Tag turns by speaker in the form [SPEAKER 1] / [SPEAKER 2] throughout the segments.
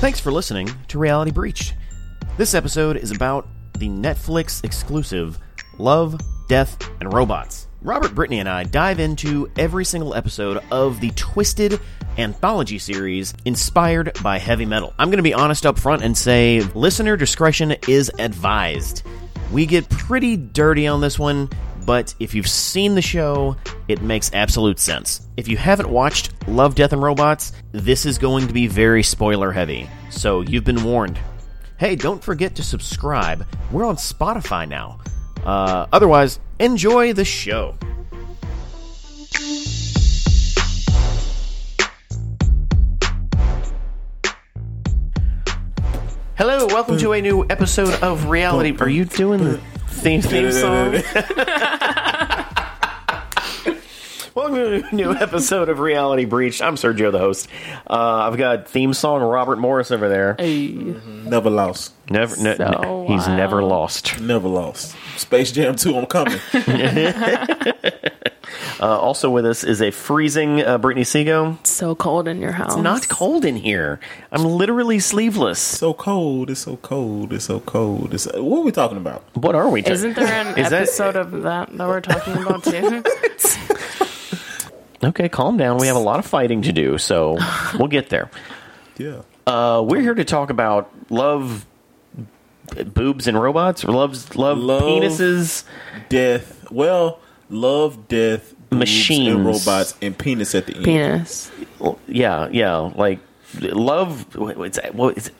[SPEAKER 1] Thanks for listening to Reality Breach. This episode is about the Netflix exclusive Love, Death, and Robots. Robert Brittany and I dive into every single episode of the Twisted anthology series inspired by heavy metal. I'm going to be honest up front and say listener discretion is advised. We get pretty dirty on this one, but if you've seen the show, it makes absolute sense. If you haven't watched Love, Death, and Robots, this is going to be very spoiler heavy, so you've been warned. Hey, don't forget to subscribe. We're on Spotify now. Uh, otherwise, enjoy the show. Hello, welcome to a new episode of Reality. Are you doing the theme, theme song? Welcome to a new episode of Reality Breach. I'm Sergio, the host. Uh, I've got theme song Robert Morris over there.
[SPEAKER 2] Hey,
[SPEAKER 3] Never lost.
[SPEAKER 1] Never, ne-
[SPEAKER 2] So
[SPEAKER 1] ne- he's
[SPEAKER 2] wild.
[SPEAKER 1] never lost.
[SPEAKER 3] Never lost. Space Jam 2, I'm coming.
[SPEAKER 1] Uh, also with us is a freezing uh, Brittany Sego.
[SPEAKER 2] it's so cold in your house.
[SPEAKER 1] Not cold in here. I'm literally sleeveless.
[SPEAKER 3] so cold. It's so cold. It's so cold. It's what are we talking about?
[SPEAKER 1] What are we? ta-
[SPEAKER 2] Isn't there an
[SPEAKER 1] Is that-
[SPEAKER 2] episode of that that we're talking about too?
[SPEAKER 1] okay, calm down. We have a lot of fighting to do, so we'll get there.
[SPEAKER 3] Yeah.
[SPEAKER 1] Uh, we're here to talk about love, b- boobs, and robots, or loves, love,
[SPEAKER 3] Love.
[SPEAKER 1] penises.
[SPEAKER 3] Death. Well, love, death, boobs,
[SPEAKER 1] Machines.
[SPEAKER 3] and robots, and penis at the end.
[SPEAKER 2] Penis.
[SPEAKER 1] L- Yeah, yeah. Like love. What's that? What is it?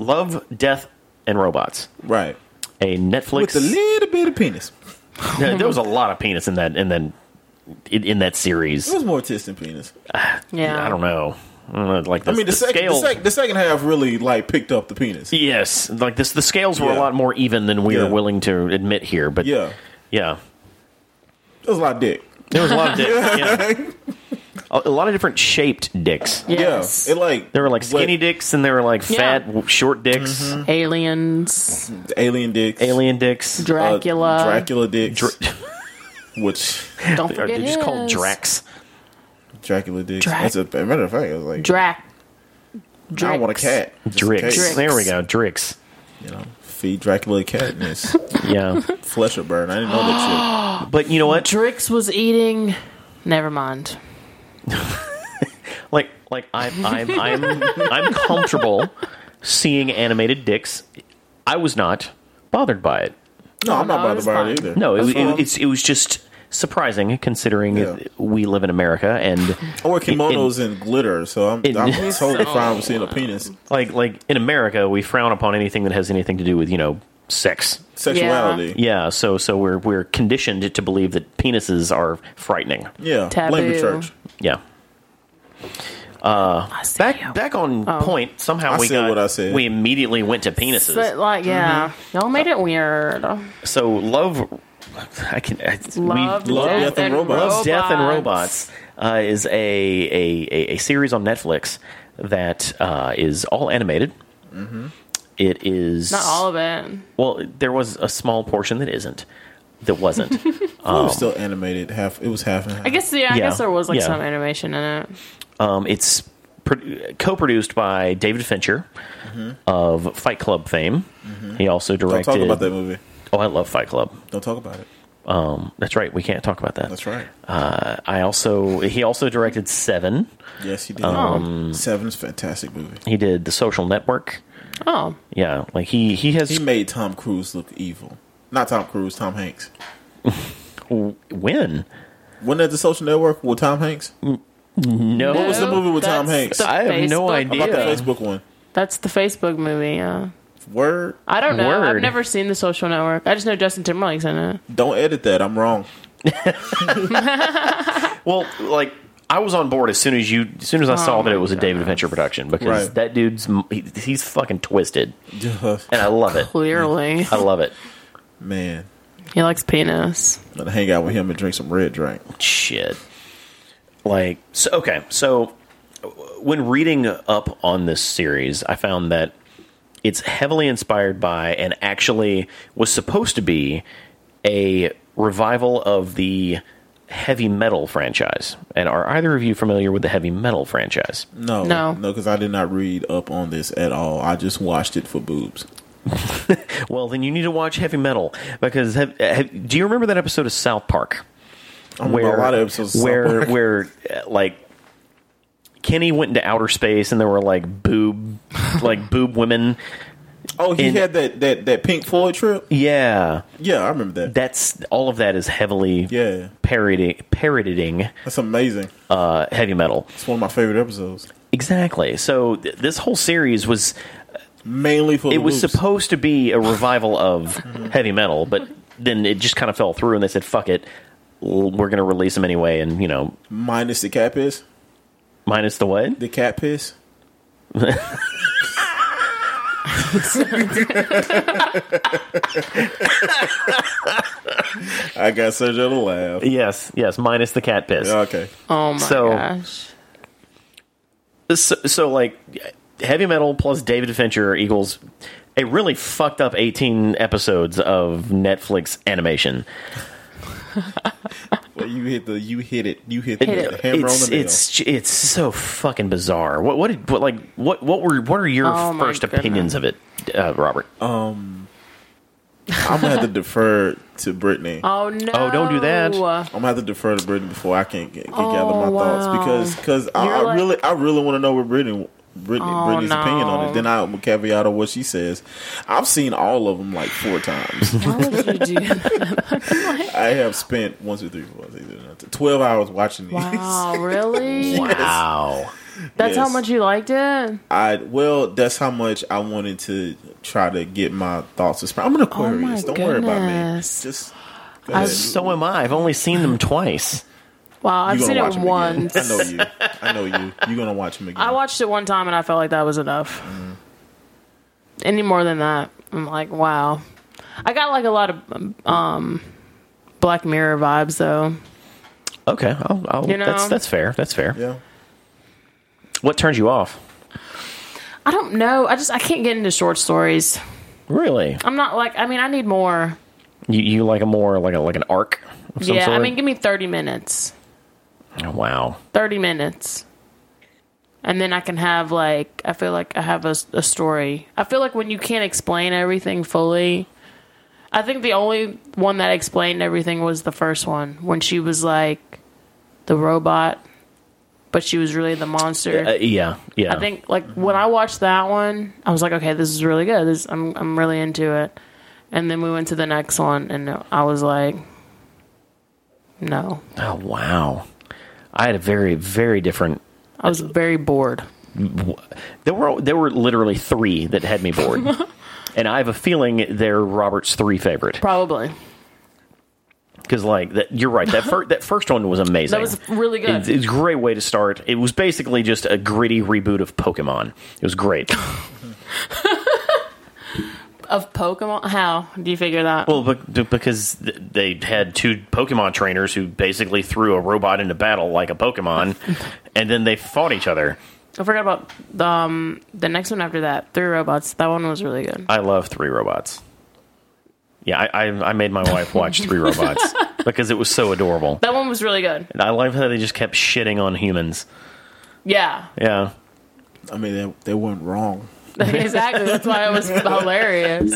[SPEAKER 1] Love, death, and robots.
[SPEAKER 3] Right.
[SPEAKER 1] A Netflix.
[SPEAKER 3] With a little bit of penis.
[SPEAKER 1] there, there was a lot of penis in that, and then in, in that series.
[SPEAKER 3] It was more tits than penis.
[SPEAKER 2] Yeah.
[SPEAKER 1] I don't know. I don't know, Like the,
[SPEAKER 3] I mean, the, second, the,
[SPEAKER 1] scale.
[SPEAKER 3] sec- the second half really like picked up the penis.
[SPEAKER 1] Yes, like this. The scales were a
[SPEAKER 3] Yeah.
[SPEAKER 1] lot more even than we are
[SPEAKER 3] Yeah.
[SPEAKER 1] willing to admit here. But
[SPEAKER 3] Yeah,
[SPEAKER 1] yeah,
[SPEAKER 3] that was a lot of dick.
[SPEAKER 1] there was a lot of dicks. yeah. a, a lot of different shaped dicks.
[SPEAKER 2] Yes.
[SPEAKER 3] Yeah, it like
[SPEAKER 1] There were like skinny
[SPEAKER 3] what-
[SPEAKER 1] dicks, and there were like
[SPEAKER 2] Yeah.
[SPEAKER 1] fat, w short dicks,
[SPEAKER 3] Mm-hmm.
[SPEAKER 2] Aliens.
[SPEAKER 1] Uh,
[SPEAKER 3] alien dicks,
[SPEAKER 1] alien dicks.
[SPEAKER 3] uh,
[SPEAKER 2] Dracula.
[SPEAKER 3] Dracula dicks,
[SPEAKER 1] Dra-
[SPEAKER 3] which
[SPEAKER 2] Don't
[SPEAKER 1] are
[SPEAKER 2] forget
[SPEAKER 1] they just called
[SPEAKER 2] his.
[SPEAKER 1] Drax?
[SPEAKER 3] Dracula dicks.
[SPEAKER 2] Drac-
[SPEAKER 3] That's a, a matter of fact, it was like
[SPEAKER 2] Drac.
[SPEAKER 3] I want a
[SPEAKER 2] Drix.
[SPEAKER 3] cat. Just a
[SPEAKER 1] Drix.
[SPEAKER 3] cat,
[SPEAKER 1] There we go, Drix.
[SPEAKER 3] You know, feed Dracula a cat and his
[SPEAKER 1] Yeah,
[SPEAKER 3] flesh will burn. I didn't know that
[SPEAKER 1] but you know what?
[SPEAKER 2] Drix was eating. Never mind.
[SPEAKER 1] Like, like I'm, I'm, I'm, I'm comfortable seeing animated dicks. I was not bothered by it.
[SPEAKER 3] shit. No, I'm
[SPEAKER 2] no,
[SPEAKER 3] not
[SPEAKER 2] it
[SPEAKER 3] bothered
[SPEAKER 2] was
[SPEAKER 3] by
[SPEAKER 2] fine.
[SPEAKER 3] it either.
[SPEAKER 1] No, it,
[SPEAKER 3] That's fine.
[SPEAKER 1] it, it's, it was just surprising considering
[SPEAKER 3] Yeah.
[SPEAKER 1] we live in America and
[SPEAKER 3] I wear kimonos and glitter, so I'm,
[SPEAKER 1] in-
[SPEAKER 3] I'm totally
[SPEAKER 2] So-
[SPEAKER 3] fine with seeing a penis.
[SPEAKER 1] like like in America we frown upon anything that has anything to do with you know sex.
[SPEAKER 3] Sexuality. Yeah.
[SPEAKER 1] Yeah, so so we're we're conditioned to believe that penises are frightening.
[SPEAKER 3] Blame the
[SPEAKER 2] Taboo.
[SPEAKER 3] church.
[SPEAKER 1] Yeah.
[SPEAKER 2] I see you. Oh.
[SPEAKER 1] Back back on point. Somehow
[SPEAKER 3] I
[SPEAKER 1] we
[SPEAKER 3] said
[SPEAKER 1] got
[SPEAKER 3] what I said.
[SPEAKER 1] we immediately went to penises. Mm-hmm.
[SPEAKER 2] But like, yeah, y'all made it weird.
[SPEAKER 1] so love I can I,
[SPEAKER 2] Love,
[SPEAKER 1] we,
[SPEAKER 3] love
[SPEAKER 2] death,
[SPEAKER 3] Death and
[SPEAKER 2] and
[SPEAKER 3] Robots.
[SPEAKER 2] robots.
[SPEAKER 1] Loves Death and Robots uh, is a, a, a, a series on Netflix that uh, is all animated. It is
[SPEAKER 2] Mm-hmm. Not all of it.
[SPEAKER 1] Well, there was a small portion that isn't, that wasn't. Oh.
[SPEAKER 3] It was still animated. Half. It was half and half.
[SPEAKER 2] I guess yeah. I
[SPEAKER 1] Yeah.
[SPEAKER 2] guess there was like
[SPEAKER 1] Yeah.
[SPEAKER 2] some animation in it.
[SPEAKER 1] um, it's pro- co-produced by David Fincher
[SPEAKER 2] Mm-hmm.
[SPEAKER 1] of Fight Club fame. He also
[SPEAKER 3] Don't
[SPEAKER 1] directed.
[SPEAKER 3] talk about that movie.
[SPEAKER 1] Oh, I love Fight Club.
[SPEAKER 3] Don't talk about it.
[SPEAKER 1] Um, that's right. We can't talk about that.
[SPEAKER 3] That's right.
[SPEAKER 1] Uh, I also he also directed Seven.
[SPEAKER 3] Yes, he did.
[SPEAKER 2] Um,
[SPEAKER 3] Seven's a fantastic movie.
[SPEAKER 1] He did The Social Network.
[SPEAKER 2] Oh,
[SPEAKER 1] Yeah, like he he has
[SPEAKER 3] He made Tom Cruise look evil. Not Tom Cruise. Tom Hanks.
[SPEAKER 1] when
[SPEAKER 3] Wasn't that the Social Network with Tom Hanks?
[SPEAKER 1] no,
[SPEAKER 2] What
[SPEAKER 3] was the movie with Tom
[SPEAKER 2] that's
[SPEAKER 3] Hanks?
[SPEAKER 2] the
[SPEAKER 1] I have no
[SPEAKER 2] Facebook-
[SPEAKER 1] idea.
[SPEAKER 3] About
[SPEAKER 1] Yeah.
[SPEAKER 3] the Facebook one.
[SPEAKER 2] That's the Facebook movie. Yeah,
[SPEAKER 3] Word.
[SPEAKER 2] I don't know.
[SPEAKER 1] Word.
[SPEAKER 2] I've never seen The Social Network. I just know Justin Timberlake's in it.
[SPEAKER 3] Don't edit that. I'm wrong.
[SPEAKER 1] Well, like I was on board as soon as you, as soon as I saw
[SPEAKER 2] Oh
[SPEAKER 1] that it
[SPEAKER 2] my
[SPEAKER 1] was a David Venture production because
[SPEAKER 3] Right.
[SPEAKER 1] that dude's he, he's fucking twisted, and I love it.
[SPEAKER 2] Clearly,
[SPEAKER 1] I love it.
[SPEAKER 3] Man,
[SPEAKER 2] he likes penis.
[SPEAKER 3] I'm gonna hang out with him and drink some red drink.
[SPEAKER 1] Shit. Like so, okay, so when reading up on this series, I found that it's heavily inspired by and actually was supposed to be a revival of the heavy metal franchise. And are either of you familiar with the heavy metal franchise?
[SPEAKER 3] No,
[SPEAKER 2] No.
[SPEAKER 3] no, because I did not read up on this at all. I just watched it for boobs.
[SPEAKER 1] Well, then you need to watch heavy metal because have, have, do you remember that episode of South Park?
[SPEAKER 3] I remember a lot of episodes. of South
[SPEAKER 1] where
[SPEAKER 3] Park.
[SPEAKER 1] where uh, like Kenny went into outer space and there were like boob like boob women.
[SPEAKER 3] oh, he
[SPEAKER 1] in-
[SPEAKER 3] had that that that Pink Floyd trip.
[SPEAKER 1] Yeah,
[SPEAKER 3] Yeah, I remember that.
[SPEAKER 1] that's all of that is heavily
[SPEAKER 3] Yeah,
[SPEAKER 1] parody parodying
[SPEAKER 3] that's amazing.
[SPEAKER 1] uh, heavy metal.
[SPEAKER 3] It's one of my favorite episodes.
[SPEAKER 1] Exactly. So th- this whole series was
[SPEAKER 3] Mainly for
[SPEAKER 1] it
[SPEAKER 3] the
[SPEAKER 1] was
[SPEAKER 3] boobs.
[SPEAKER 1] supposed to be a revival of heavy metal, but then it just kind of fell through and they said fuck it. L- We're going to release them anyway, and you know,
[SPEAKER 3] minus the cat piss.
[SPEAKER 1] minus the what?
[SPEAKER 3] The cat piss. I got Sergio to laugh.
[SPEAKER 1] Yes, yes, minus the cat piss.
[SPEAKER 3] Okay.
[SPEAKER 2] Oh my
[SPEAKER 1] So-
[SPEAKER 2] gosh.
[SPEAKER 1] so, so like heavy metal plus David Fincher equals a really fucked up 18 episodes of Netflix animation.
[SPEAKER 3] Well, you hit the you hit it. You hit, the
[SPEAKER 2] it.
[SPEAKER 3] hammer
[SPEAKER 1] it's
[SPEAKER 3] on the nail.
[SPEAKER 1] it's j- it's so fucking bizarre. What what did what like what what were what are your
[SPEAKER 2] Oh my
[SPEAKER 1] first opinions of it, uh, Robert?
[SPEAKER 3] Oh I'm gonna have to defer to Brittany.
[SPEAKER 2] Oh no.
[SPEAKER 1] Oh, don't do that.
[SPEAKER 3] I'm gonna have to defer to Brittany before I can get, get gather
[SPEAKER 2] Oh,
[SPEAKER 3] my
[SPEAKER 2] wow.
[SPEAKER 3] thoughts because because I,
[SPEAKER 2] You're
[SPEAKER 3] I
[SPEAKER 2] like-
[SPEAKER 3] really I really want to know what Brittany Brittany
[SPEAKER 2] Oh,
[SPEAKER 3] Brittany's opinion on
[SPEAKER 2] no.
[SPEAKER 3] it. Then I will caveat on what she says. I've seen all of them like four times.
[SPEAKER 2] Why would you do that?
[SPEAKER 3] I have spent one, two, three, four, six, seven, eight, nine, ten, twelve hours watching these.
[SPEAKER 2] Wow, Oh, really?
[SPEAKER 1] Wow.
[SPEAKER 2] That's how
[SPEAKER 3] Yes.
[SPEAKER 2] much you liked it?
[SPEAKER 3] I well, that's how much I wanted to try to get my thoughts. expressed. I'm an Aquarius. Don't worry about me.
[SPEAKER 2] Oh goodness.
[SPEAKER 3] Just go
[SPEAKER 2] I-
[SPEAKER 3] ahead.
[SPEAKER 1] So am I. I've only seen them twice.
[SPEAKER 2] Wow, I've
[SPEAKER 3] You
[SPEAKER 2] seen
[SPEAKER 3] gonna watch
[SPEAKER 2] it
[SPEAKER 3] 'em
[SPEAKER 2] once.
[SPEAKER 3] Again. I know you. I know you. You're gonna watch them again.
[SPEAKER 2] I watched it one time and I felt like that was enough.
[SPEAKER 1] Mm.
[SPEAKER 2] Any more than that, I'm like, wow. I got like a lot of um, Black Mirror vibes though.
[SPEAKER 1] Okay, I'll, I'll,
[SPEAKER 2] You know?
[SPEAKER 1] that's that's fair. That's fair.
[SPEAKER 3] yeah.
[SPEAKER 1] What turns you off?
[SPEAKER 2] I don't know. I just I can't get into short stories.
[SPEAKER 1] Really?
[SPEAKER 2] I'm not like I mean I need more.
[SPEAKER 1] You you like a more like a like an arc of some
[SPEAKER 2] yeah,
[SPEAKER 1] sort?
[SPEAKER 2] I mean give me 30 minutes.
[SPEAKER 1] oh, wow.
[SPEAKER 2] 30 minutes. And then I can have like I feel like I have a, a story. I feel like when you can't explain everything fully, I think the only one that explained everything was the first one when she was like the robot, but she was really the monster.
[SPEAKER 1] Uh, yeah, yeah.
[SPEAKER 2] I think like when I watched that one, I was like, okay, this is really good. This I'm I'm really into it. And then we went to the next one, and I was like, no,
[SPEAKER 1] Oh wow! I had a very very different.
[SPEAKER 2] I was very bored.
[SPEAKER 1] There were there were literally three that had me bored, and I have a feeling they're Robert's three favorite
[SPEAKER 2] Probably
[SPEAKER 1] because like that you're right that first that first one was amazing.
[SPEAKER 2] that was really good.
[SPEAKER 1] It- it's a great way to start. It was basically just a gritty reboot of Pokemon. It was great.
[SPEAKER 2] of Pokemon. How do you figure that?
[SPEAKER 1] well, be- because th- they had two Pokemon trainers who basically threw a robot into battle like a Pokemon, and then they fought each other.
[SPEAKER 2] I forgot about the um, the next one after that. Three robots. That one was really good.
[SPEAKER 1] I love Three Robots. Yeah, I, I, I made my wife watch Three Robots because it was so adorable.
[SPEAKER 2] That one was really good.
[SPEAKER 1] And I love how they just kept shitting on humans.
[SPEAKER 2] Yeah,
[SPEAKER 1] Yeah.
[SPEAKER 3] I mean, they, they weren't wrong.
[SPEAKER 2] exactly. That's why it was hilarious.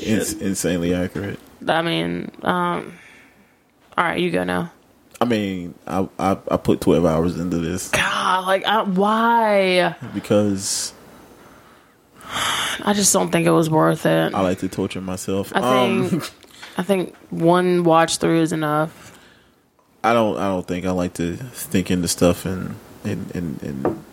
[SPEAKER 3] It's insanely accurate.
[SPEAKER 2] I mean, um, all right, you go now.
[SPEAKER 3] I mean, I, I I put 12 hours into this
[SPEAKER 2] God, like I, why?
[SPEAKER 3] because
[SPEAKER 2] I just don't think it was worth it.
[SPEAKER 3] I like to torture myself. Um,
[SPEAKER 2] I think I think one watch through is enough.
[SPEAKER 3] I don't I don't think I like to think into stuff and and and, and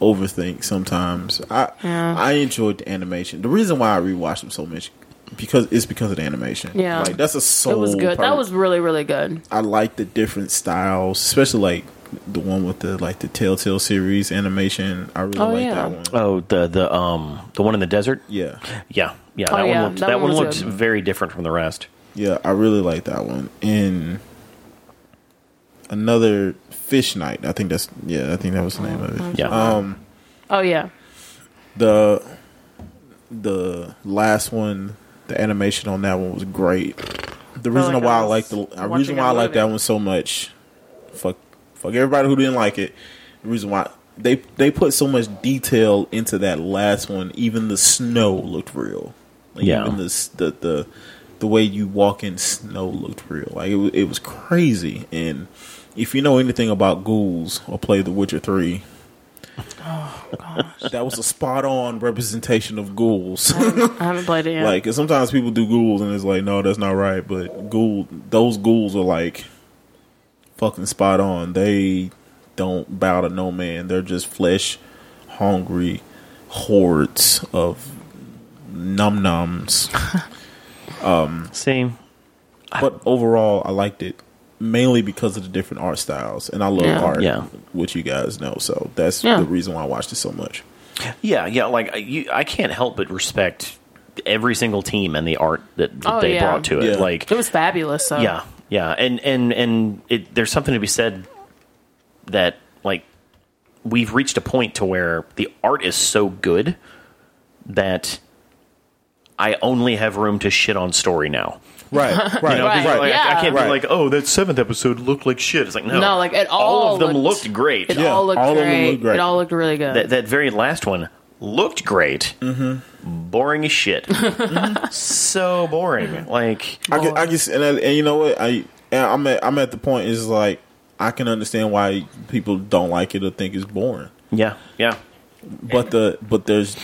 [SPEAKER 3] overthink sometimes. I
[SPEAKER 2] Yeah.
[SPEAKER 3] I enjoyed the animation. The reason why I rewatched them so much because it's because of the animation.
[SPEAKER 2] Yeah.
[SPEAKER 3] like that's a soul.
[SPEAKER 2] It was good. That
[SPEAKER 3] part.
[SPEAKER 2] was really really good.
[SPEAKER 3] I like the different styles, especially like the one with the like the Telltale series animation. I really
[SPEAKER 2] Oh,
[SPEAKER 3] like
[SPEAKER 2] yeah.
[SPEAKER 3] that one.
[SPEAKER 1] Oh, the the um the one in the desert.
[SPEAKER 3] Yeah,
[SPEAKER 1] Yeah, yeah.
[SPEAKER 2] Oh,
[SPEAKER 1] That
[SPEAKER 2] yeah,
[SPEAKER 1] one looked,
[SPEAKER 2] that
[SPEAKER 1] that, one,
[SPEAKER 2] one was
[SPEAKER 1] looked
[SPEAKER 2] good.
[SPEAKER 1] very different from the rest.
[SPEAKER 3] yeah, I really like that one. And another Fish Night. I think that's yeah. I think that was the name of it.
[SPEAKER 1] Yeah.
[SPEAKER 3] Um,
[SPEAKER 2] Oh yeah,
[SPEAKER 3] the the last one the animation on that one was great The reason
[SPEAKER 2] like
[SPEAKER 3] why I
[SPEAKER 2] I was
[SPEAKER 3] like the the
[SPEAKER 2] watching
[SPEAKER 3] reason why
[SPEAKER 2] a
[SPEAKER 3] I like that
[SPEAKER 2] movie.
[SPEAKER 3] one so much, fuck, fuck everybody who didn't like it. The reason why they they put so much detail into that last one, even the snow looked real. Like,
[SPEAKER 1] Yeah.
[SPEAKER 3] even the s- the the the way you walk in snow looked real. Like it, wa- it was crazy. And if you know anything about ghouls or play The Witcher Three. That was a spot on representation of ghouls.
[SPEAKER 2] I haven't played it yet.
[SPEAKER 3] Like 'cause sometimes people do ghouls and it's like, no, that's not right. But ghoul, those ghouls are like fucking spot on. They don't bow to no man. They're just flesh hungry hordes of num nums.
[SPEAKER 1] Same.
[SPEAKER 3] but overall, I liked it mainly because of the different art styles, and I love
[SPEAKER 2] Yeah.
[SPEAKER 3] art,
[SPEAKER 1] Yeah.
[SPEAKER 3] which you guys know. So that's
[SPEAKER 2] Yeah.
[SPEAKER 3] the reason why I watched it so much.
[SPEAKER 1] Yeah, yeah. Like I- you, I can't help but respect every single team and the art that, that
[SPEAKER 2] Oh,
[SPEAKER 1] they
[SPEAKER 2] yeah.
[SPEAKER 1] brought to it.
[SPEAKER 3] Yeah.
[SPEAKER 1] Like
[SPEAKER 2] it was fabulous. So
[SPEAKER 1] yeah yeah and and and it, there's something to be said that like we've reached a point to where the art is so good that i only have room to shit on story now
[SPEAKER 3] Right, right,
[SPEAKER 1] You know, 'cause, like,
[SPEAKER 2] Right.
[SPEAKER 1] I- I,
[SPEAKER 2] Yeah.
[SPEAKER 1] can't
[SPEAKER 3] Right.
[SPEAKER 1] be like oh that seventh episode looked like shit it's like no
[SPEAKER 2] No, like, it all
[SPEAKER 1] of them
[SPEAKER 2] looked-
[SPEAKER 1] looked great
[SPEAKER 2] it
[SPEAKER 3] Yeah,
[SPEAKER 2] all looked
[SPEAKER 3] all of them
[SPEAKER 2] great.
[SPEAKER 3] looked great.
[SPEAKER 2] It all looked really good.
[SPEAKER 1] that, that very last one looked great
[SPEAKER 2] Mm-hmm.
[SPEAKER 1] boring as shit so boring like
[SPEAKER 3] I can, I guess, and, I, and you know what? I and I'm at I'm at the point is like I can understand why people don't like it or think it's boring,
[SPEAKER 1] yeah yeah
[SPEAKER 3] but the but there's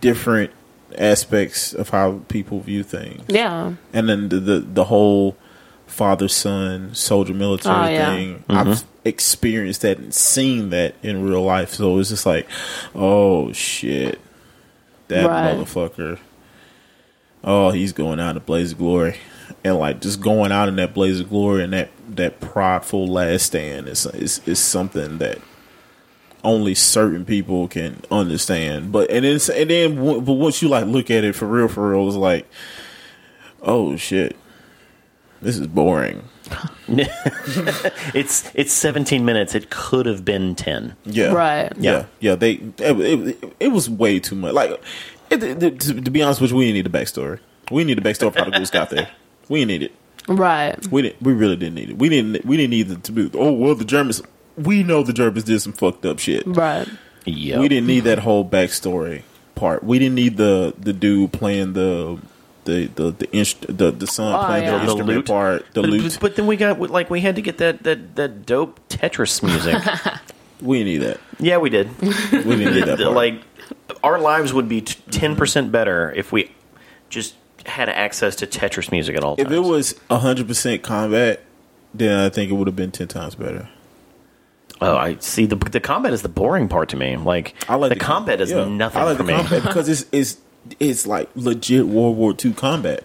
[SPEAKER 3] different aspects of how people view things,
[SPEAKER 2] yeah,
[SPEAKER 3] and then the the, the whole father son soldier military
[SPEAKER 2] Oh, yeah.
[SPEAKER 3] thing. I've experienced that and seen that in real life, so it's just like, oh shit, that
[SPEAKER 2] Right.
[SPEAKER 3] motherfucker. Oh, he's going out in a blaze of glory, and like just going out in that blaze of glory and that that prideful last stand is is is something that only certain people can understand. But and it's and then w- but once you like look at it for real, for real, it's like, oh shit, this is boring.
[SPEAKER 1] It's it's 17 minutes. It could have been 10.
[SPEAKER 3] Yeah.
[SPEAKER 2] Right.
[SPEAKER 3] Yeah. Yeah. They. It, it, it was way too much. Like, it, it- to, to be honest with you, we didn't need the backstory. We didn't need the backstory of how the goose got there. We didn't need it.
[SPEAKER 2] right.
[SPEAKER 3] We didn't. We really didn't need it. We didn't. We didn't need the to be. Oh well, the Germans. We know the Germans did some fucked up shit.
[SPEAKER 2] Right.
[SPEAKER 1] Yeah.
[SPEAKER 3] We didn't need that whole backstory part. We didn't need the the dude playing the the the the inst- the, the son
[SPEAKER 2] Oh,
[SPEAKER 3] playing
[SPEAKER 2] yeah.
[SPEAKER 3] the,
[SPEAKER 2] The
[SPEAKER 3] instrument
[SPEAKER 1] loot.
[SPEAKER 3] part. The
[SPEAKER 1] But,
[SPEAKER 3] loot.
[SPEAKER 1] but, but then we got like we had to get that that that dope Tetris music.
[SPEAKER 3] we didn't need that.
[SPEAKER 1] yeah, we did.
[SPEAKER 3] We didn't need that. Part.
[SPEAKER 1] like our lives would be 10% percent better if we just had access to Tetris music at all
[SPEAKER 3] if
[SPEAKER 1] times.
[SPEAKER 3] it was hundred percent combat, then I think it would have been ten times better.
[SPEAKER 1] oh, I see the the combat is the boring part to me. Like
[SPEAKER 3] I like
[SPEAKER 1] the, combat is
[SPEAKER 3] yeah.
[SPEAKER 1] nothing
[SPEAKER 3] I like
[SPEAKER 1] for
[SPEAKER 3] the
[SPEAKER 1] me.
[SPEAKER 3] combat because it's it's it's like legit World War II combat.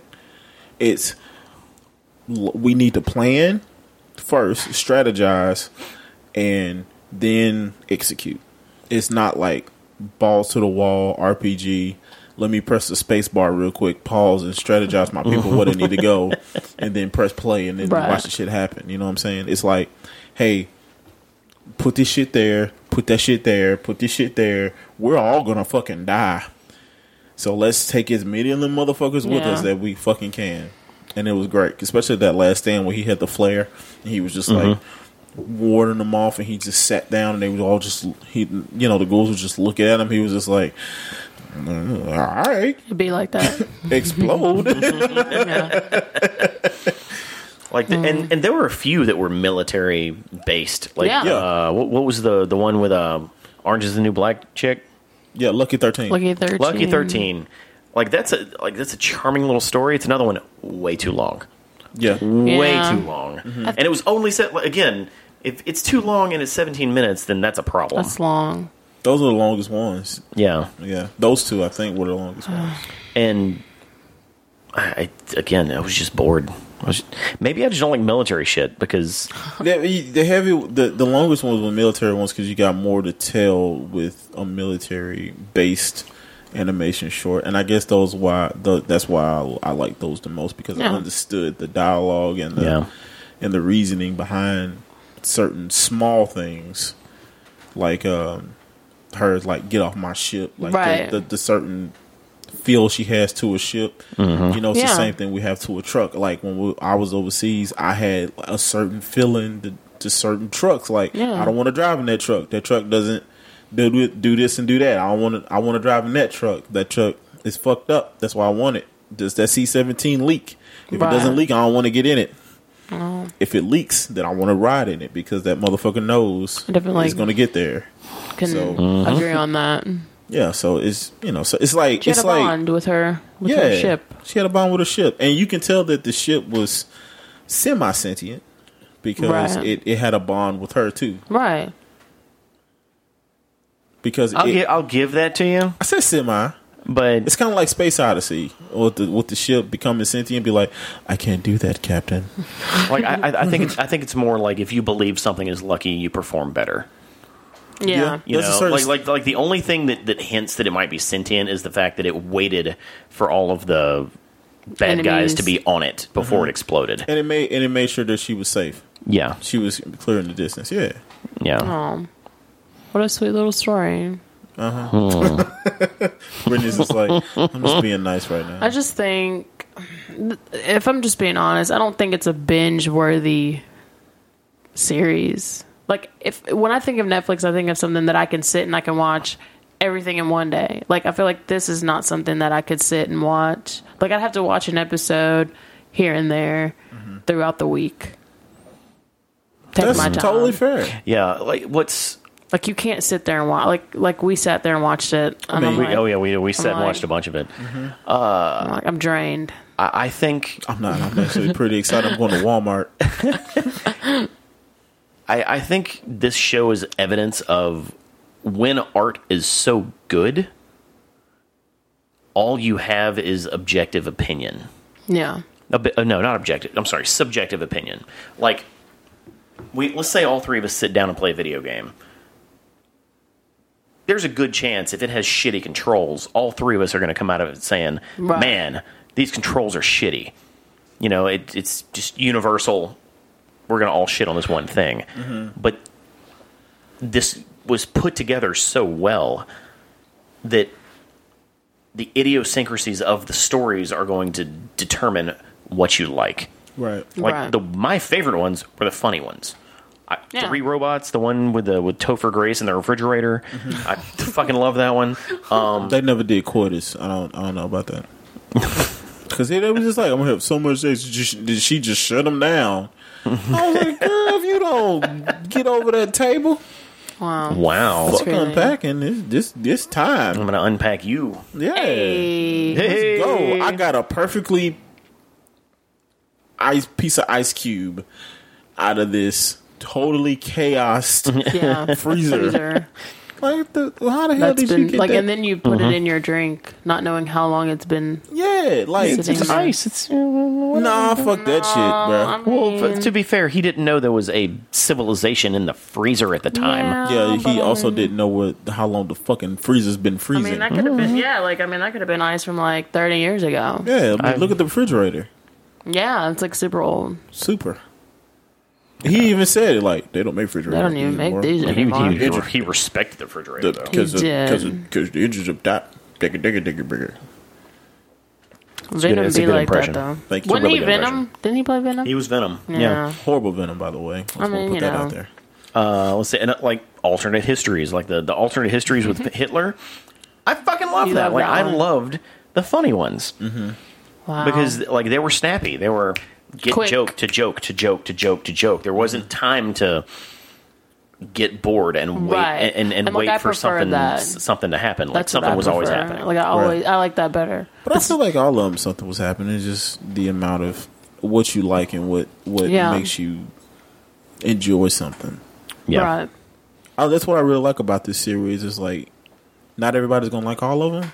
[SPEAKER 3] It's l- we need to plan first, strategize, and then execute. It's not like balls to the wall RPG. Let me press the space bar real quick, pause and strategize my people where they need to go, and then press play and then
[SPEAKER 2] Right.
[SPEAKER 3] watch the shit happen. You know what I'm saying? It's like, hey, put this shit there, put that shit there, put this shit there. We're all gonna fucking die. So let's take as many of them motherfuckers with
[SPEAKER 2] Yeah.
[SPEAKER 3] us that we fucking can. And it was great, especially that last stand where he had the flare. And he was just like warding them off, and he just sat down, and they was all just he, you know, the ghouls were just looking at him. He was just like, "Mm, "All right,
[SPEAKER 2] It'd be like that.
[SPEAKER 3] explode."
[SPEAKER 2] yeah.
[SPEAKER 1] Like the, and and there were a few that were military based. Like
[SPEAKER 2] Yeah.
[SPEAKER 3] Yeah.
[SPEAKER 1] uh what, what was the the one with uh Orange is the New Black chick?
[SPEAKER 3] yeah, lucky thirteen.
[SPEAKER 2] Lucky thirteen.
[SPEAKER 1] Lucky thirteen. Like that's a like that's a charming little story. It's another one way too long,
[SPEAKER 3] yeah,
[SPEAKER 1] way
[SPEAKER 2] Yeah. Mm-hmm.
[SPEAKER 1] too long, and it was only set like, again. If it's too long and it's seventeen minutes, then that's a problem.
[SPEAKER 2] That's long.
[SPEAKER 3] those are the longest ones.
[SPEAKER 1] yeah,
[SPEAKER 3] Yeah, those two I think were the longest ones.
[SPEAKER 1] and I, I- again, I was just bored. I was, maybe I just don't like military shit because
[SPEAKER 3] They, the heavy, the, the longest ones were military ones because you got more to tell with a military based animation short, and I guess those why tho- that's why I, I like those the most because I
[SPEAKER 2] Yeah.
[SPEAKER 3] understood the dialogue and the
[SPEAKER 1] Yeah.
[SPEAKER 3] and the reasoning behind certain small things, like um, hers like get off my ship, like
[SPEAKER 2] Right.
[SPEAKER 3] the, the, the certain feel she has to a ship. You know, it's the
[SPEAKER 2] Yeah.
[SPEAKER 3] same thing we have to a truck. Like when we, I was overseas, I had a certain feeling to, to certain trucks. Like
[SPEAKER 2] Yeah.
[SPEAKER 3] I don't want to drive in that truck. That truck doesn't do do this and do that. I want to. I want to drive in that truck. That truck is fucked up. That's why I want it. Does that C seventeen leak? If
[SPEAKER 2] Right. Oh.
[SPEAKER 3] it doesn't leak, I don't want to get in it. If it leaks, then I want to ride in it because that motherfucker knows
[SPEAKER 2] Definitely.
[SPEAKER 3] it's going to get there.
[SPEAKER 2] Can
[SPEAKER 3] So-
[SPEAKER 1] Mm-hmm.
[SPEAKER 2] agree on that.
[SPEAKER 3] Yeah, so it's you know, so it's like
[SPEAKER 2] She
[SPEAKER 3] it's
[SPEAKER 2] had a
[SPEAKER 3] like
[SPEAKER 2] bond with her with
[SPEAKER 3] yeah,
[SPEAKER 2] her ship.
[SPEAKER 3] She had a bond with a ship, and you can tell that the ship was semi sentient because
[SPEAKER 2] Right.
[SPEAKER 3] it, it had a bond with her too.
[SPEAKER 2] Right.
[SPEAKER 3] Because
[SPEAKER 2] Oh,
[SPEAKER 1] I'll,
[SPEAKER 3] it,
[SPEAKER 1] gi- I'll give that to you,
[SPEAKER 3] I said semi.
[SPEAKER 1] but
[SPEAKER 3] It's kind of like Space Odyssey with the with the ship becoming sentient. Be like, I can't do that, Captain.
[SPEAKER 1] like I, I- I think it's, I think it's more like if you believe something is lucky, you perform better.
[SPEAKER 2] Yeah.
[SPEAKER 1] You
[SPEAKER 3] There's a
[SPEAKER 1] know,
[SPEAKER 3] certain-
[SPEAKER 1] like like like the only thing that that hints that it might be sentient is the fact that it waited for all of the bad guys
[SPEAKER 2] Enemies.
[SPEAKER 1] to be on it before it exploded.
[SPEAKER 3] And it made and it made sure that she was safe.
[SPEAKER 1] Mm-hmm. Yeah,
[SPEAKER 3] She was clear in the distance. Yeah,
[SPEAKER 1] yeah.
[SPEAKER 2] Um, what a sweet little story.
[SPEAKER 3] Brittany's just like, I'm just being nice right now.
[SPEAKER 2] I just think, if I'm just being honest, I don't think it's a binge worthy series. Like if when I think of Netflix, I think of something that I can sit and I can watch everything in one day. Like I feel like this is not something that I could sit and watch. Like I'd have to watch an episode here and there
[SPEAKER 3] Mm-hmm.
[SPEAKER 2] throughout the week. Take
[SPEAKER 3] That's
[SPEAKER 2] my time.
[SPEAKER 3] totally fair.
[SPEAKER 1] Yeah, like what's
[SPEAKER 2] Like you can't sit there and watch. Like like we sat there and watched it. And I
[SPEAKER 3] mean,
[SPEAKER 2] am
[SPEAKER 3] we-
[SPEAKER 2] like,
[SPEAKER 1] oh yeah, we we sat and
[SPEAKER 2] like-
[SPEAKER 1] watched a bunch of it.
[SPEAKER 2] I'm like, I'm drained.
[SPEAKER 1] I, I think
[SPEAKER 3] I'm not. I'm actually pretty excited. I'm going to Walmart.
[SPEAKER 1] I, I think this show is evidence of when art is so good, all you have is objective opinion.
[SPEAKER 2] Yeah.
[SPEAKER 1] a bit, uh, no, not objective. I'm sorry, subjective opinion. Like we let's say all three of us sit down and play a video game. There's a good chance if it has shitty controls, all three of us are going to come out of it saying,
[SPEAKER 2] Right.
[SPEAKER 1] "Man, these controls are shitty." You know, it, it's just universal. We're going to all shit on this one thing. But this was put together so well that the idiosyncrasies of the stories are going to determine what you like.
[SPEAKER 3] Right.
[SPEAKER 1] Like
[SPEAKER 2] Right.
[SPEAKER 1] the my favorite ones were the funny ones. I,
[SPEAKER 2] Yeah.
[SPEAKER 1] Three robots, the one with the with Topher Grace in the refrigerator. I fucking love that one. Um,
[SPEAKER 3] They never did quarters. I don't. I don't know about that. Because they they was just like, I'm gonna have so much. Sex. Did she- Did she just shut them down? I was like, girl, if you don't get over that table,
[SPEAKER 2] Wow.
[SPEAKER 1] wow,
[SPEAKER 3] fuck
[SPEAKER 2] crazy.
[SPEAKER 3] unpacking this this this
[SPEAKER 1] I'm
[SPEAKER 3] time.
[SPEAKER 1] gonna unpack you.
[SPEAKER 3] Yeah,
[SPEAKER 2] Hey.
[SPEAKER 1] Hey,
[SPEAKER 3] go. I got a perfectly ice piece of ice cube out of this totally chaosed
[SPEAKER 2] Yeah.
[SPEAKER 3] freezer.
[SPEAKER 2] Freezer.
[SPEAKER 3] Like, the, how the hell
[SPEAKER 2] That's
[SPEAKER 3] did you
[SPEAKER 2] been
[SPEAKER 3] get
[SPEAKER 2] like,
[SPEAKER 3] that?
[SPEAKER 2] and then you put
[SPEAKER 1] Mm-hmm.
[SPEAKER 2] it in your drink, not knowing how long it's been.
[SPEAKER 3] yeah, like
[SPEAKER 2] Sitting
[SPEAKER 3] just-
[SPEAKER 2] there.
[SPEAKER 1] It's uh,
[SPEAKER 3] nah, fuck that shit, bro.
[SPEAKER 1] well. f- To be fair, he didn't know there was a civilization in the freezer at the time.
[SPEAKER 3] Yeah, he
[SPEAKER 2] Um, but,
[SPEAKER 3] also didn't know what how long the fucking freezer's been
[SPEAKER 2] I
[SPEAKER 3] freezing.
[SPEAKER 2] mean, that could have been yeah. Like I mean, that could have been ice from like 30 years ago.
[SPEAKER 3] yeah, I mean, look at the refrigerator.
[SPEAKER 2] Yeah, it's like super old.
[SPEAKER 3] Super. He even said it like they don't make refrigerators.
[SPEAKER 2] They don't even make these anymore.
[SPEAKER 1] He, he, he respected the refrigerator though.
[SPEAKER 3] because
[SPEAKER 2] He did.
[SPEAKER 3] because the engines are that digger digger digger bigger.
[SPEAKER 1] good-
[SPEAKER 2] Venom
[SPEAKER 1] it's a
[SPEAKER 2] be
[SPEAKER 1] good
[SPEAKER 2] like
[SPEAKER 1] impression.
[SPEAKER 2] that though.
[SPEAKER 3] Thank you.
[SPEAKER 2] Wasn't
[SPEAKER 1] Really
[SPEAKER 2] he
[SPEAKER 1] good
[SPEAKER 2] Venom?
[SPEAKER 1] impression.
[SPEAKER 2] Didn't he play Venom?
[SPEAKER 1] He was Venom.
[SPEAKER 3] Horrible venom, by the I just
[SPEAKER 2] I
[SPEAKER 3] want to
[SPEAKER 2] mean,
[SPEAKER 3] put
[SPEAKER 2] you
[SPEAKER 3] that
[SPEAKER 2] know.
[SPEAKER 3] out there.
[SPEAKER 1] Uh, let's say and uh, like alternate histories, like the the alternate histories with
[SPEAKER 3] Mm-hmm.
[SPEAKER 1] Hitler. I fucking love
[SPEAKER 2] You
[SPEAKER 1] that.
[SPEAKER 2] love
[SPEAKER 1] like
[SPEAKER 2] that
[SPEAKER 1] I
[SPEAKER 2] one.
[SPEAKER 1] loved the funny ones
[SPEAKER 3] Mm-hmm.
[SPEAKER 2] Wow.
[SPEAKER 1] because like they were snappy. They were get
[SPEAKER 2] Quick.
[SPEAKER 1] joke to joke to joke to joke to joke. There wasn't
[SPEAKER 3] Mm-hmm.
[SPEAKER 1] time to get bored and wait
[SPEAKER 2] Right.
[SPEAKER 1] and, and, and
[SPEAKER 2] And, like,
[SPEAKER 1] wait
[SPEAKER 2] I
[SPEAKER 1] for
[SPEAKER 2] prefer
[SPEAKER 1] something
[SPEAKER 2] that.
[SPEAKER 1] s- something to happen. Like
[SPEAKER 2] That's what
[SPEAKER 1] something
[SPEAKER 2] I
[SPEAKER 1] was always
[SPEAKER 2] prefer.
[SPEAKER 1] happening.
[SPEAKER 2] Like I always, I like that better.
[SPEAKER 3] But I feel like all of them something was happening. It's just the amount of what you like and what what
[SPEAKER 2] Yeah.
[SPEAKER 3] makes you enjoy something.
[SPEAKER 1] yeah.
[SPEAKER 2] Right.
[SPEAKER 3] Oh, that's what I really like about this series is like, not everybody's gonna like all of them,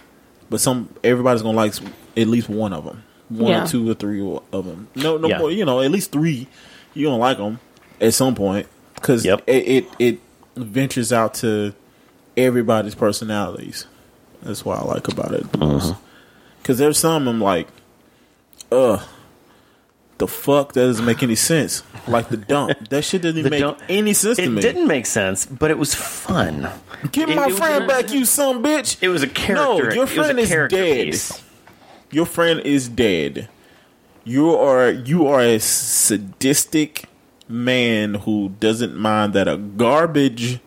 [SPEAKER 3] but some everybody's gonna like s- at least one of them, one
[SPEAKER 2] Yeah.
[SPEAKER 3] or two or three o- of them. No, no
[SPEAKER 1] Yeah.
[SPEAKER 3] more. You know, at least three. You gonna like them at some point because
[SPEAKER 1] Yep.
[SPEAKER 3] it, it it ventures out to everybody's personalities. That's what I
[SPEAKER 1] Uh-huh. Mm-hmm.
[SPEAKER 3] like about it the most. Because there's some I'm like, ugh, the fuck? That doesn't make any sense. Like the dump. That shit didn't
[SPEAKER 1] The
[SPEAKER 3] even make
[SPEAKER 1] dump-
[SPEAKER 3] any sense to
[SPEAKER 1] It
[SPEAKER 3] me.
[SPEAKER 1] didn't make sense, but it was fun.
[SPEAKER 3] Get
[SPEAKER 1] It-
[SPEAKER 3] my
[SPEAKER 1] it was-
[SPEAKER 3] friend back, you son of a bitch.
[SPEAKER 1] It was a character.
[SPEAKER 3] No, your
[SPEAKER 1] it
[SPEAKER 3] friend
[SPEAKER 1] was
[SPEAKER 3] is
[SPEAKER 1] a character
[SPEAKER 3] dead.
[SPEAKER 1] piece.
[SPEAKER 3] Your friend is dead. You are you are a sadistic man who doesn't mind that a garbage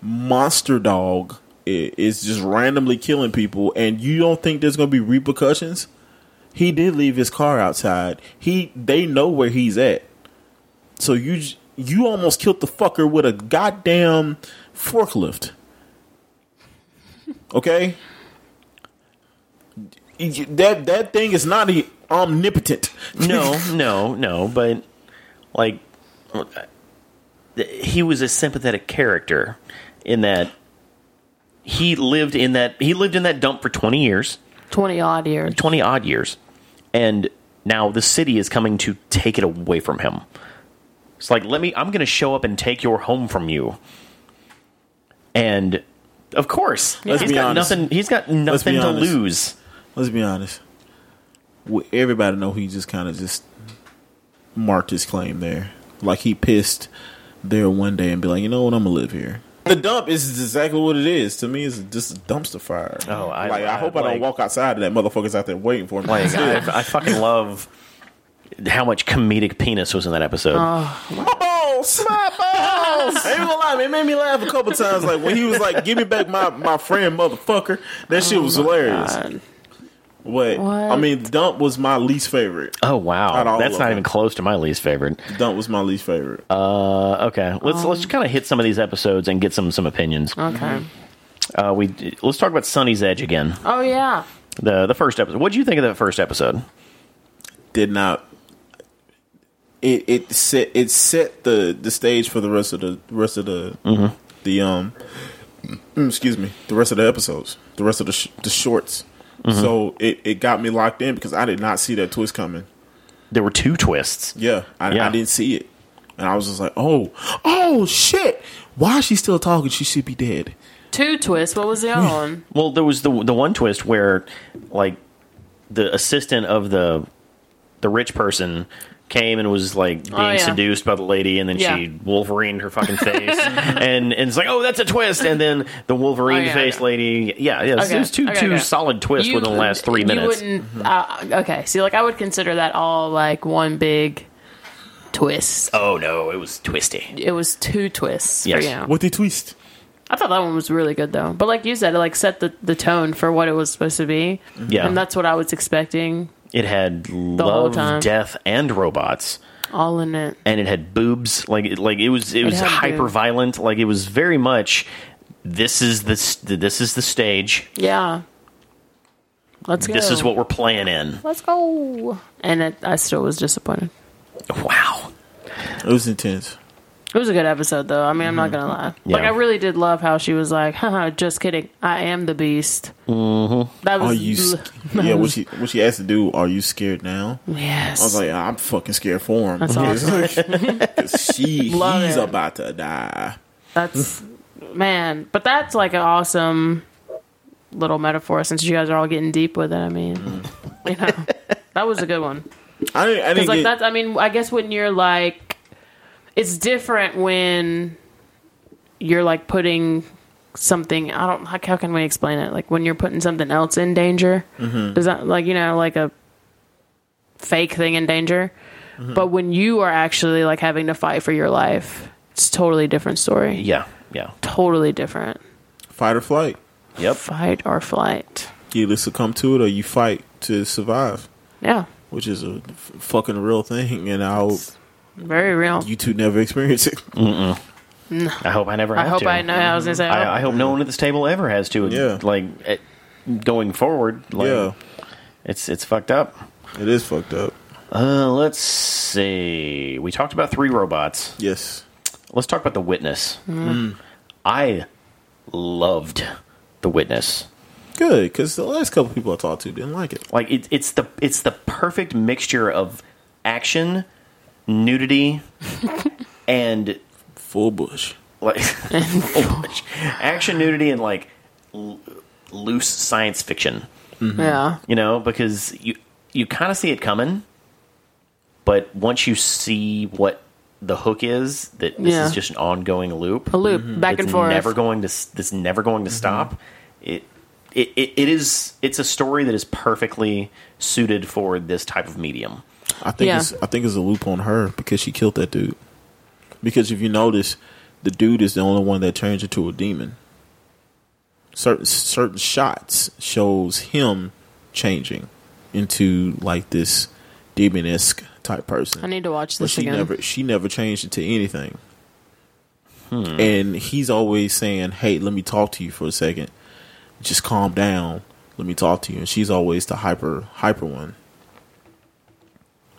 [SPEAKER 3] monster dog i- is just randomly killing people, and you don't think there's going to be repercussions. He did leave his car outside. He they know where he's at. So you j- you almost killed the fucker with a goddamn forklift. Okay? That that thing is not e- omnipotent.
[SPEAKER 1] No, no, no, but like he was a sympathetic character in that he lived in that he lived in that dump for 20 years,
[SPEAKER 2] Twenty odd years.
[SPEAKER 1] 20 odd years. And now the city is coming to take it away from him. It's like, let me I'm going to show up and take your home from you. And of course,
[SPEAKER 3] Let's
[SPEAKER 1] he's
[SPEAKER 3] be
[SPEAKER 1] got
[SPEAKER 3] honest.
[SPEAKER 1] nothing he's got nothing to
[SPEAKER 3] honest.
[SPEAKER 1] lose.
[SPEAKER 3] Let's be honest. We- Everybody know he just kind of just marked his claim there. Like he pissed there one day and be like, you know what, I'm gonna live here. The dump is exactly what it is. To me, it's just a dumpster fire.
[SPEAKER 1] Oh, I-
[SPEAKER 3] like I, hope I
[SPEAKER 1] like-
[SPEAKER 3] don't walk outside and that motherfucker's out there waiting for me.
[SPEAKER 1] Like I, I fucking love how much comedic penis was in that episode.
[SPEAKER 3] my balls, my balls. I ain't gonna lie, man, it made me laugh a couple times. Like when he was like, "Give me back my my friend, motherfucker." That shit
[SPEAKER 1] Oh
[SPEAKER 3] was hilarious.
[SPEAKER 2] God.
[SPEAKER 3] What?
[SPEAKER 2] What?
[SPEAKER 3] I mean, dump was my least favorite.
[SPEAKER 1] oh
[SPEAKER 3] Out of
[SPEAKER 1] wow,
[SPEAKER 3] all
[SPEAKER 1] that's
[SPEAKER 3] of
[SPEAKER 1] not
[SPEAKER 3] them.
[SPEAKER 1] even close to my least favorite.
[SPEAKER 3] Dump was my least favorite.
[SPEAKER 1] Uh, okay, let's let's kind of hit some of these episodes and get some some opinions.
[SPEAKER 2] Okay.
[SPEAKER 1] Uh, we let's talk about Sunny's Edge again.
[SPEAKER 2] Oh yeah.
[SPEAKER 1] The the first episode. What do you think of that first episode?
[SPEAKER 3] did not. It it set it set the the stage for the rest of the rest of the the um mm, excuse me the rest of the episodes the rest of the sh- the shorts. So it it got me locked in because I did not see that twist coming.
[SPEAKER 1] There were two twists.
[SPEAKER 3] Yeah, I,
[SPEAKER 1] Yeah.
[SPEAKER 3] I didn't see it, and I was just like, oh oh shit, why is she still talking? She should be dead.
[SPEAKER 2] Two twists. What was the other one?
[SPEAKER 1] Well, there was the the one twist where like the assistant of the the rich person came and was like being
[SPEAKER 2] Oh, yeah.
[SPEAKER 1] seduced by the lady and then
[SPEAKER 2] Yeah.
[SPEAKER 1] she wolverined her fucking face and, and it's like oh that's a twist and then the wolverine
[SPEAKER 2] Oh, yeah,
[SPEAKER 1] face
[SPEAKER 2] okay.
[SPEAKER 1] lady yeah yeah
[SPEAKER 2] Okay,
[SPEAKER 1] there's two
[SPEAKER 2] okay,
[SPEAKER 1] two
[SPEAKER 2] okay.
[SPEAKER 1] solid twists
[SPEAKER 2] You-
[SPEAKER 1] within the last 3
[SPEAKER 2] you
[SPEAKER 1] minutes
[SPEAKER 2] wouldn't- uh, okay. See, like I would consider that all like one big twist.
[SPEAKER 1] oh no it was twisty
[SPEAKER 2] It was two twists.
[SPEAKER 1] Yes.
[SPEAKER 2] For, you know.
[SPEAKER 3] What they twist?
[SPEAKER 2] I thought that one was really good though. But like you said, it like set the, the tone for what it was supposed to be.
[SPEAKER 1] Yeah.
[SPEAKER 2] And that's what I was expecting
[SPEAKER 1] it had
[SPEAKER 2] whole
[SPEAKER 1] love
[SPEAKER 2] time.
[SPEAKER 1] death and robots
[SPEAKER 2] all in it.
[SPEAKER 1] and it had boobs. Like it- like it was it, was
[SPEAKER 2] had
[SPEAKER 1] hyper
[SPEAKER 2] boobs.
[SPEAKER 1] violent. Like it was very much. This is the s- this is the stage.
[SPEAKER 2] Yeah. Let's go.
[SPEAKER 1] This is what we're playing in.
[SPEAKER 2] Let's go. And it, I still was disappointed.
[SPEAKER 1] Wow.
[SPEAKER 3] It was intense.
[SPEAKER 2] It was a good episode though. I mean, I'm not going to lie. Like
[SPEAKER 1] Mm-hmm. Yeah.
[SPEAKER 2] I really did love how she was like, haha, just kidding. I am the beast. Mm-hmm. That was
[SPEAKER 3] Are you? sc- yeah, what she what she asked to do? Are you scared now?
[SPEAKER 2] Yes.
[SPEAKER 3] I was like, "Ah, I'm fucking scared for him.
[SPEAKER 2] That's awesome.
[SPEAKER 3] she,
[SPEAKER 2] Love
[SPEAKER 3] he's
[SPEAKER 2] it.
[SPEAKER 3] about to die.
[SPEAKER 2] That's man, but that's like an awesome little metaphor since you guys are all getting deep with it. I mean, you know, that was a good one.
[SPEAKER 3] I didn't. I didn't
[SPEAKER 2] It's like
[SPEAKER 3] get,
[SPEAKER 2] that's. I mean, I guess when you're like, it's different when you're like putting something. I don't. How, how can we explain it? Like when you're putting something else in danger. Does that like you know like a fake thing in danger? But when you are actually like having to fight for your life, it's a totally different story
[SPEAKER 1] Yeah. Yeah.
[SPEAKER 2] totally different.
[SPEAKER 3] fight or flight.
[SPEAKER 1] Yep.
[SPEAKER 2] Fight or flight.
[SPEAKER 3] You either succumb to it or you fight to survive,
[SPEAKER 2] Yeah,
[SPEAKER 3] which is a f- fucking real thing. And I hope
[SPEAKER 2] very real.
[SPEAKER 3] you two never experience it.
[SPEAKER 1] I hope I never. Have
[SPEAKER 2] I hope
[SPEAKER 1] to.
[SPEAKER 2] I know. I was gonna say.
[SPEAKER 1] I, I hope no one at this table ever has to.
[SPEAKER 3] Yeah.
[SPEAKER 1] Like eh, going forward. Like,
[SPEAKER 3] yeah,
[SPEAKER 1] It's it's fucked up.
[SPEAKER 3] it is fucked up.
[SPEAKER 1] Uh, let's see. We talked about three robots.
[SPEAKER 3] Yes,
[SPEAKER 1] Let's talk about the witness.
[SPEAKER 2] Mm-hmm.
[SPEAKER 1] I loved the witness.
[SPEAKER 3] good because the last couple people I talked to didn't like it.
[SPEAKER 1] Like it, it's the it's the perfect mixture of action, nudity, and
[SPEAKER 3] Full bush.
[SPEAKER 1] like action, nudity, and like l- loose science fiction.
[SPEAKER 2] yeah,
[SPEAKER 1] You know, because you you kind of see it coming, But once you see what the hook is, that this
[SPEAKER 2] Yeah.
[SPEAKER 1] is just an ongoing loop,
[SPEAKER 2] A loop
[SPEAKER 3] Mm-hmm.
[SPEAKER 2] back
[SPEAKER 1] it's
[SPEAKER 2] and forth. Mm-hmm.
[SPEAKER 1] never going to s- this never going to stop. It, it it it is it's a story that is perfectly suited for this type of medium.
[SPEAKER 3] I think
[SPEAKER 2] Yeah.
[SPEAKER 3] it's I think it's a loop on her because she killed that dude. Because if you notice, the dude is the only one that turns into a demon. Certain certain shots shows him changing into like this demon esque type person.
[SPEAKER 2] I need to watch
[SPEAKER 3] But
[SPEAKER 2] this
[SPEAKER 3] she
[SPEAKER 2] again.
[SPEAKER 3] never she never changed into anything. And he's always saying, "Hey, let me talk to you for a second. Just calm down. Let me talk to you." And she's always the hyper hyper one.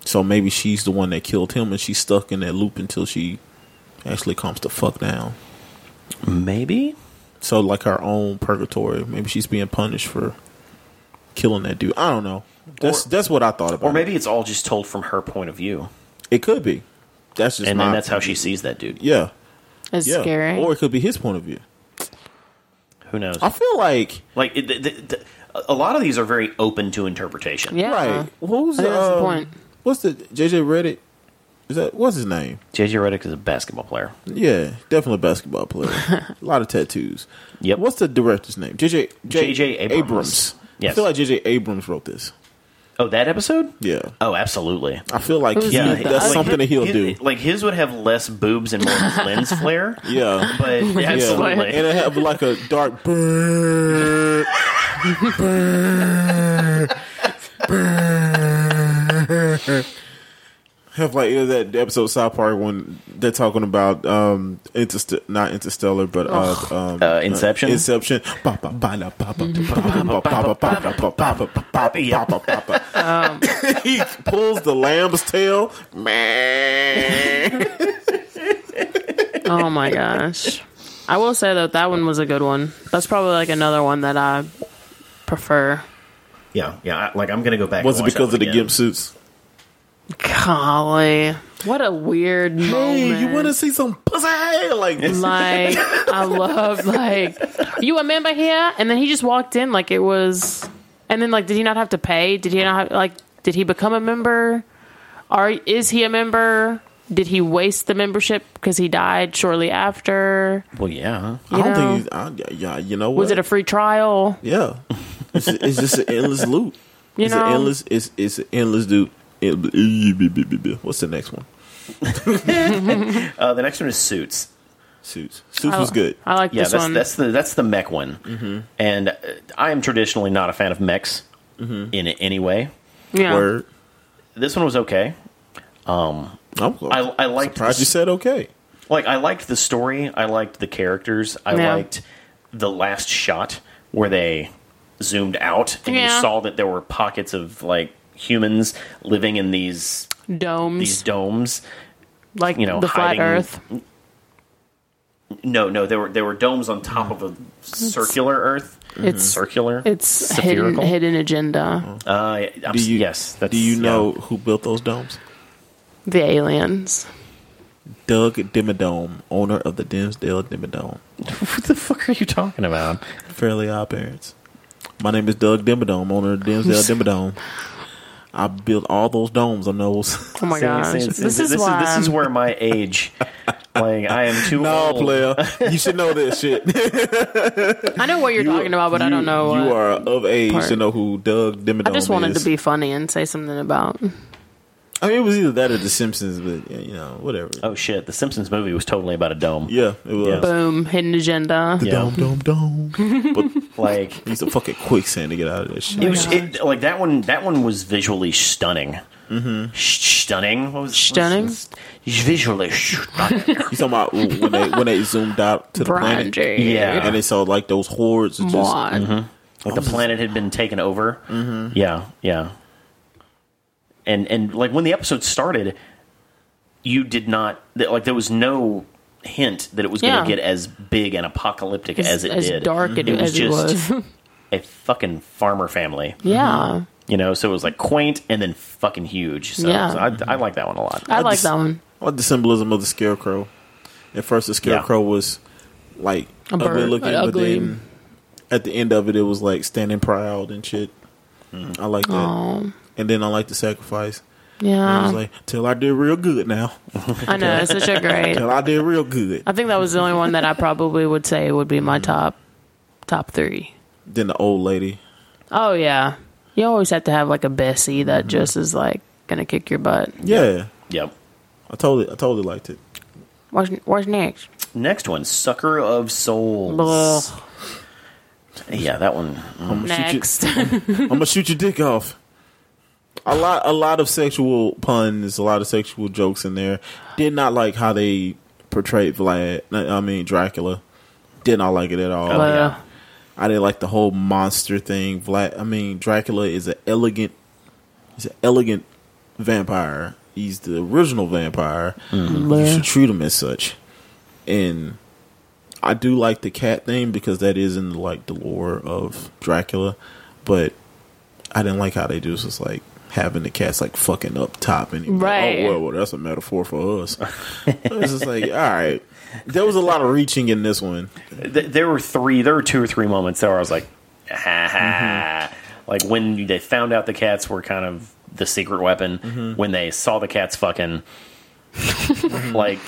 [SPEAKER 3] So maybe she's the one that killed him, and she's stuck in that loop until she actually calms the fuck down.
[SPEAKER 1] Maybe
[SPEAKER 3] So like her own purgatory. Maybe she's being punished for killing that dude. I don't know. That's
[SPEAKER 1] Or-
[SPEAKER 3] that's what I thought about.
[SPEAKER 1] or maybe it's all just told from her point of view,
[SPEAKER 3] it, It could be. That's just
[SPEAKER 1] and
[SPEAKER 3] my
[SPEAKER 1] then that's how
[SPEAKER 3] opinion.
[SPEAKER 1] she sees that dude.
[SPEAKER 3] Yeah.
[SPEAKER 2] It's
[SPEAKER 3] Yeah.
[SPEAKER 2] scary.
[SPEAKER 3] Or it could be his point of view.
[SPEAKER 1] Who knows?
[SPEAKER 3] I feel like
[SPEAKER 1] Like it, th th th a lot of these are very open to interpretation.
[SPEAKER 2] yeah.
[SPEAKER 3] right. Who's
[SPEAKER 2] I think that's the
[SPEAKER 3] um,
[SPEAKER 2] point.
[SPEAKER 3] What's the JJ Reddick? Is that what's his name?
[SPEAKER 1] JJ Redick is a basketball player.
[SPEAKER 3] Yeah, definitely a basketball player. a lot of tattoos.
[SPEAKER 1] Yep.
[SPEAKER 3] What's the director's name? JJ J-
[SPEAKER 1] J.J. Abrams.
[SPEAKER 3] I
[SPEAKER 1] Yes.
[SPEAKER 3] feel like JJ Abrams wrote this.
[SPEAKER 1] Oh, that episode?
[SPEAKER 3] Yeah.
[SPEAKER 1] Oh, absolutely.
[SPEAKER 3] I feel like
[SPEAKER 2] Who's
[SPEAKER 3] he,
[SPEAKER 2] Yeah,
[SPEAKER 1] hi-
[SPEAKER 3] that's
[SPEAKER 1] like,
[SPEAKER 3] something
[SPEAKER 1] hi-
[SPEAKER 3] that he'll
[SPEAKER 1] hi-
[SPEAKER 3] do.
[SPEAKER 1] Like his would have less boobs and more lens flare,
[SPEAKER 3] Yeah.
[SPEAKER 1] but
[SPEAKER 3] Yeah.
[SPEAKER 1] absolutely.
[SPEAKER 3] And it have like a dark burr, burr, burr. have like you know, that episode of South Park when they're talking about um interst- not interstellar but uh, um,
[SPEAKER 1] Uh, Inception?
[SPEAKER 3] uh, Inception Ba, ba, ba, la, ba, ba, ba, ba, ba, ba, ba, ba, ba, ba, ba, ba, ba, ba, ba, ba, ba. he pulls the lamb's tail
[SPEAKER 2] Oh my gosh. I will say though that one was a good one. That's probably like another one that I prefer.
[SPEAKER 1] Yeah, yeah. I- Like I'm gonna go back.
[SPEAKER 3] was it
[SPEAKER 1] and watch
[SPEAKER 3] because
[SPEAKER 1] that
[SPEAKER 3] of the
[SPEAKER 1] one again.
[SPEAKER 3] gimp suits
[SPEAKER 2] Golly. What a weird
[SPEAKER 3] hey
[SPEAKER 2] moment.
[SPEAKER 3] you want to see some pussy like this
[SPEAKER 2] like I love like you a member here and then he just walked in like it was and then like did he not have to pay? Did he not have, like did he become a member? Are is he a member? Did he waste the membership because he died shortly after?
[SPEAKER 1] Well, yeah.
[SPEAKER 2] You
[SPEAKER 3] I don't
[SPEAKER 2] know?
[SPEAKER 3] think. I, yeah, yeah, you know what?
[SPEAKER 2] was it a free trial?
[SPEAKER 3] yeah? It's, it's just an endless loop.
[SPEAKER 2] You
[SPEAKER 3] it's
[SPEAKER 2] know?
[SPEAKER 3] an endless. It's it's an endless loop. It- What's the next one?
[SPEAKER 1] Uh, the next one is Suits.
[SPEAKER 3] Suits. Suits
[SPEAKER 2] I-
[SPEAKER 3] was good.
[SPEAKER 2] I like
[SPEAKER 1] Yeah,
[SPEAKER 2] this
[SPEAKER 1] that's
[SPEAKER 2] one. Mm-hmm.
[SPEAKER 1] that's the that's the mech one. And uh, I am traditionally not a fan of mechs
[SPEAKER 2] Mm-hmm.
[SPEAKER 1] in any way.
[SPEAKER 2] yeah.
[SPEAKER 3] Word.
[SPEAKER 1] This one was okay.
[SPEAKER 3] I'm
[SPEAKER 1] I I liked
[SPEAKER 3] surprised you said okay.
[SPEAKER 1] like I liked the story, I liked the characters, I
[SPEAKER 2] Yeah.
[SPEAKER 1] liked the last shot where they zoomed out and
[SPEAKER 2] Yeah.
[SPEAKER 1] you saw that there were pockets of like humans living in these
[SPEAKER 2] Domes.
[SPEAKER 1] these domes.
[SPEAKER 2] like
[SPEAKER 1] you know,
[SPEAKER 2] the flat
[SPEAKER 1] hiding-
[SPEAKER 2] Earth.
[SPEAKER 1] No, no, there were there were domes on top of a circular Earth.
[SPEAKER 2] Mm. It's-
[SPEAKER 1] circular.
[SPEAKER 2] It's hidden
[SPEAKER 1] Spherical?
[SPEAKER 2] hidden agenda.
[SPEAKER 1] uh, yeah, I'm,
[SPEAKER 3] Do you?
[SPEAKER 1] yes. That's,
[SPEAKER 3] do you
[SPEAKER 1] yeah.
[SPEAKER 3] know who built those domes?
[SPEAKER 2] The aliens.
[SPEAKER 3] Doug Dimmadome, owner of the Dimsdale Dimmadome.
[SPEAKER 1] what the fuck are you talking about?
[SPEAKER 2] Oh
[SPEAKER 3] Fairly Odd Parents. My name is Doug Dimmadome, owner of the Dimsdale Dimmadome. I built all those domes on those.
[SPEAKER 2] Oh my
[SPEAKER 1] See,
[SPEAKER 2] gosh.
[SPEAKER 1] see, see,
[SPEAKER 2] this, is
[SPEAKER 1] this
[SPEAKER 2] why
[SPEAKER 1] this is where my age. like I am too
[SPEAKER 3] no,
[SPEAKER 2] Oh.
[SPEAKER 1] old.
[SPEAKER 3] player, you should know that shit.
[SPEAKER 2] I know what you're talking about, but I
[SPEAKER 3] You-
[SPEAKER 2] don't know.
[SPEAKER 3] You
[SPEAKER 2] what-
[SPEAKER 3] are of age
[SPEAKER 2] part.
[SPEAKER 3] to know who Doug Dimmadome
[SPEAKER 2] I just wanted
[SPEAKER 3] is.
[SPEAKER 2] to be funny and say something about.
[SPEAKER 3] I mean, it was either that or The Simpsons, but yeah, you know, whatever.
[SPEAKER 1] Oh shit! The Simpsons movie was totally about a dome.
[SPEAKER 3] Yeah, it was.
[SPEAKER 1] Yeah. But-
[SPEAKER 2] Boom, hidden agenda.
[SPEAKER 1] Yeah.
[SPEAKER 3] Dome, dome, dome. but
[SPEAKER 1] Like
[SPEAKER 3] he's a fucking quicksand to get out of this shit.
[SPEAKER 1] It was it, like that one. That one was visually stunning. Mm-hmm. Stunning. What was
[SPEAKER 2] Stunning?
[SPEAKER 1] was- Visually stunning.
[SPEAKER 3] You talking about when they when they zoomed out to the
[SPEAKER 2] Brian
[SPEAKER 3] planet?
[SPEAKER 2] J.
[SPEAKER 1] Yeah.
[SPEAKER 3] And they saw like those hordes. Of just,
[SPEAKER 2] What?
[SPEAKER 1] like the planet had been taken over. Mm-hmm. Yeah, yeah. And and like when the episode started, you did not that- like there was no hint that it was going
[SPEAKER 2] Yeah.
[SPEAKER 1] to get as big and apocalyptic
[SPEAKER 2] As-
[SPEAKER 1] as, it
[SPEAKER 2] as
[SPEAKER 1] did.
[SPEAKER 2] dark
[SPEAKER 3] Mm-hmm.
[SPEAKER 2] it- as it was.
[SPEAKER 1] a fucking farmer family.
[SPEAKER 2] Yeah,
[SPEAKER 1] You know, so it was like quaint and then fucking huge. So,
[SPEAKER 2] Yeah.
[SPEAKER 1] so I, I like that one a lot.
[SPEAKER 2] I like
[SPEAKER 3] just-
[SPEAKER 2] that one.
[SPEAKER 3] I like the symbolism of the scarecrow. At first, the scarecrow was like
[SPEAKER 2] A bird,
[SPEAKER 3] ugly looking,
[SPEAKER 2] uh,
[SPEAKER 3] but
[SPEAKER 2] ugly.
[SPEAKER 3] then at the end of it, it was like standing proud and shit. I like that.
[SPEAKER 2] Oh, Uh-huh.
[SPEAKER 3] And then I like the sacrifice. I was
[SPEAKER 2] Yeah,
[SPEAKER 3] like, till I did real good now.
[SPEAKER 2] I know it's such a great.
[SPEAKER 3] till I did real good.
[SPEAKER 2] I think that was the only one that I probably would say would be my top top three.
[SPEAKER 3] Then the old lady.
[SPEAKER 2] Oh yeah, you always have to have like a Bessie
[SPEAKER 3] Mm-hmm.
[SPEAKER 2] that just is like gonna kick your butt.
[SPEAKER 3] Yeah.
[SPEAKER 1] Yep.
[SPEAKER 3] I told it. I totally liked it.
[SPEAKER 2] What's, what's next?
[SPEAKER 1] Next one, Sucker of Souls.
[SPEAKER 2] Blah.
[SPEAKER 1] Yeah, that one.
[SPEAKER 3] I'm gonna, shoot
[SPEAKER 2] Next,
[SPEAKER 3] you, I'm gonna shoot your dick off. A lot, a lot of sexual puns, a lot of sexual jokes in there. Did not like how they portrayed Vlad. I mean Dracula. Did not like it at all.
[SPEAKER 2] But,
[SPEAKER 1] yeah.
[SPEAKER 3] I didn't like the whole monster thing. Vlad, I mean, Dracula is an elegant, he's an elegant vampire. He's the original vampire. You should treat him as such. And I do like the cat thing because that is in like the lore of Dracula, but I didn't like how they do. It's just like having the cats like fucking up top and
[SPEAKER 2] Right.
[SPEAKER 3] oh well, well that's a metaphor for us. it's just like all right. There was a lot of reaching in this one.
[SPEAKER 1] Th- there were three, there were two or three moments there where I was like, "Ah, ha ha. Like when they found out the cats were kind of the secret weapon, when they saw the cats fucking. like,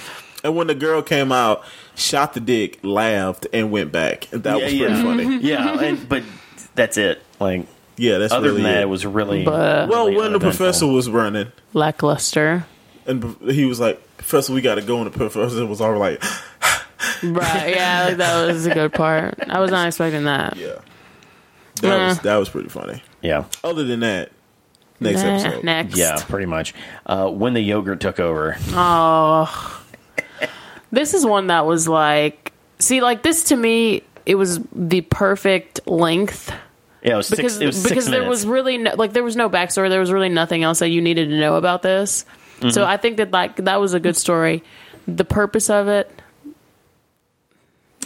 [SPEAKER 3] And when the girl came out, shot the dick, laughed, and went back. That
[SPEAKER 1] Yeah,
[SPEAKER 3] was
[SPEAKER 1] yeah. Mm-hmm.
[SPEAKER 3] pretty funny.
[SPEAKER 1] yeah, and, but that's it. Like,
[SPEAKER 3] Yeah, that's
[SPEAKER 1] other
[SPEAKER 3] really
[SPEAKER 1] than that,
[SPEAKER 3] it.
[SPEAKER 1] it was really.
[SPEAKER 2] But-
[SPEAKER 3] well,
[SPEAKER 1] really
[SPEAKER 3] when the
[SPEAKER 1] uneventful.
[SPEAKER 3] professor was running,
[SPEAKER 2] lackluster.
[SPEAKER 3] and he was like, "Professor, we got to go," and the professor was all like,
[SPEAKER 2] Right? Yeah, like that was a good part. I was not expecting that.
[SPEAKER 3] "Yeah." That
[SPEAKER 2] Nah.
[SPEAKER 3] was that was pretty funny.
[SPEAKER 1] Yeah.
[SPEAKER 3] Other than that, next
[SPEAKER 2] Nah,
[SPEAKER 3] episode,
[SPEAKER 2] Next.
[SPEAKER 1] Yeah, pretty much. Uh, when the yogurt took over.
[SPEAKER 2] Oh. This is one that was like, see, like this to me, it was the perfect length
[SPEAKER 1] Yeah, it was
[SPEAKER 2] because
[SPEAKER 1] six, it was six
[SPEAKER 2] because there
[SPEAKER 1] minutes.
[SPEAKER 2] was really no, like there was no backstory, there was really nothing else that you needed to know about this.
[SPEAKER 1] Mm-hmm.
[SPEAKER 2] So I think that like that was a good story. The purpose of it,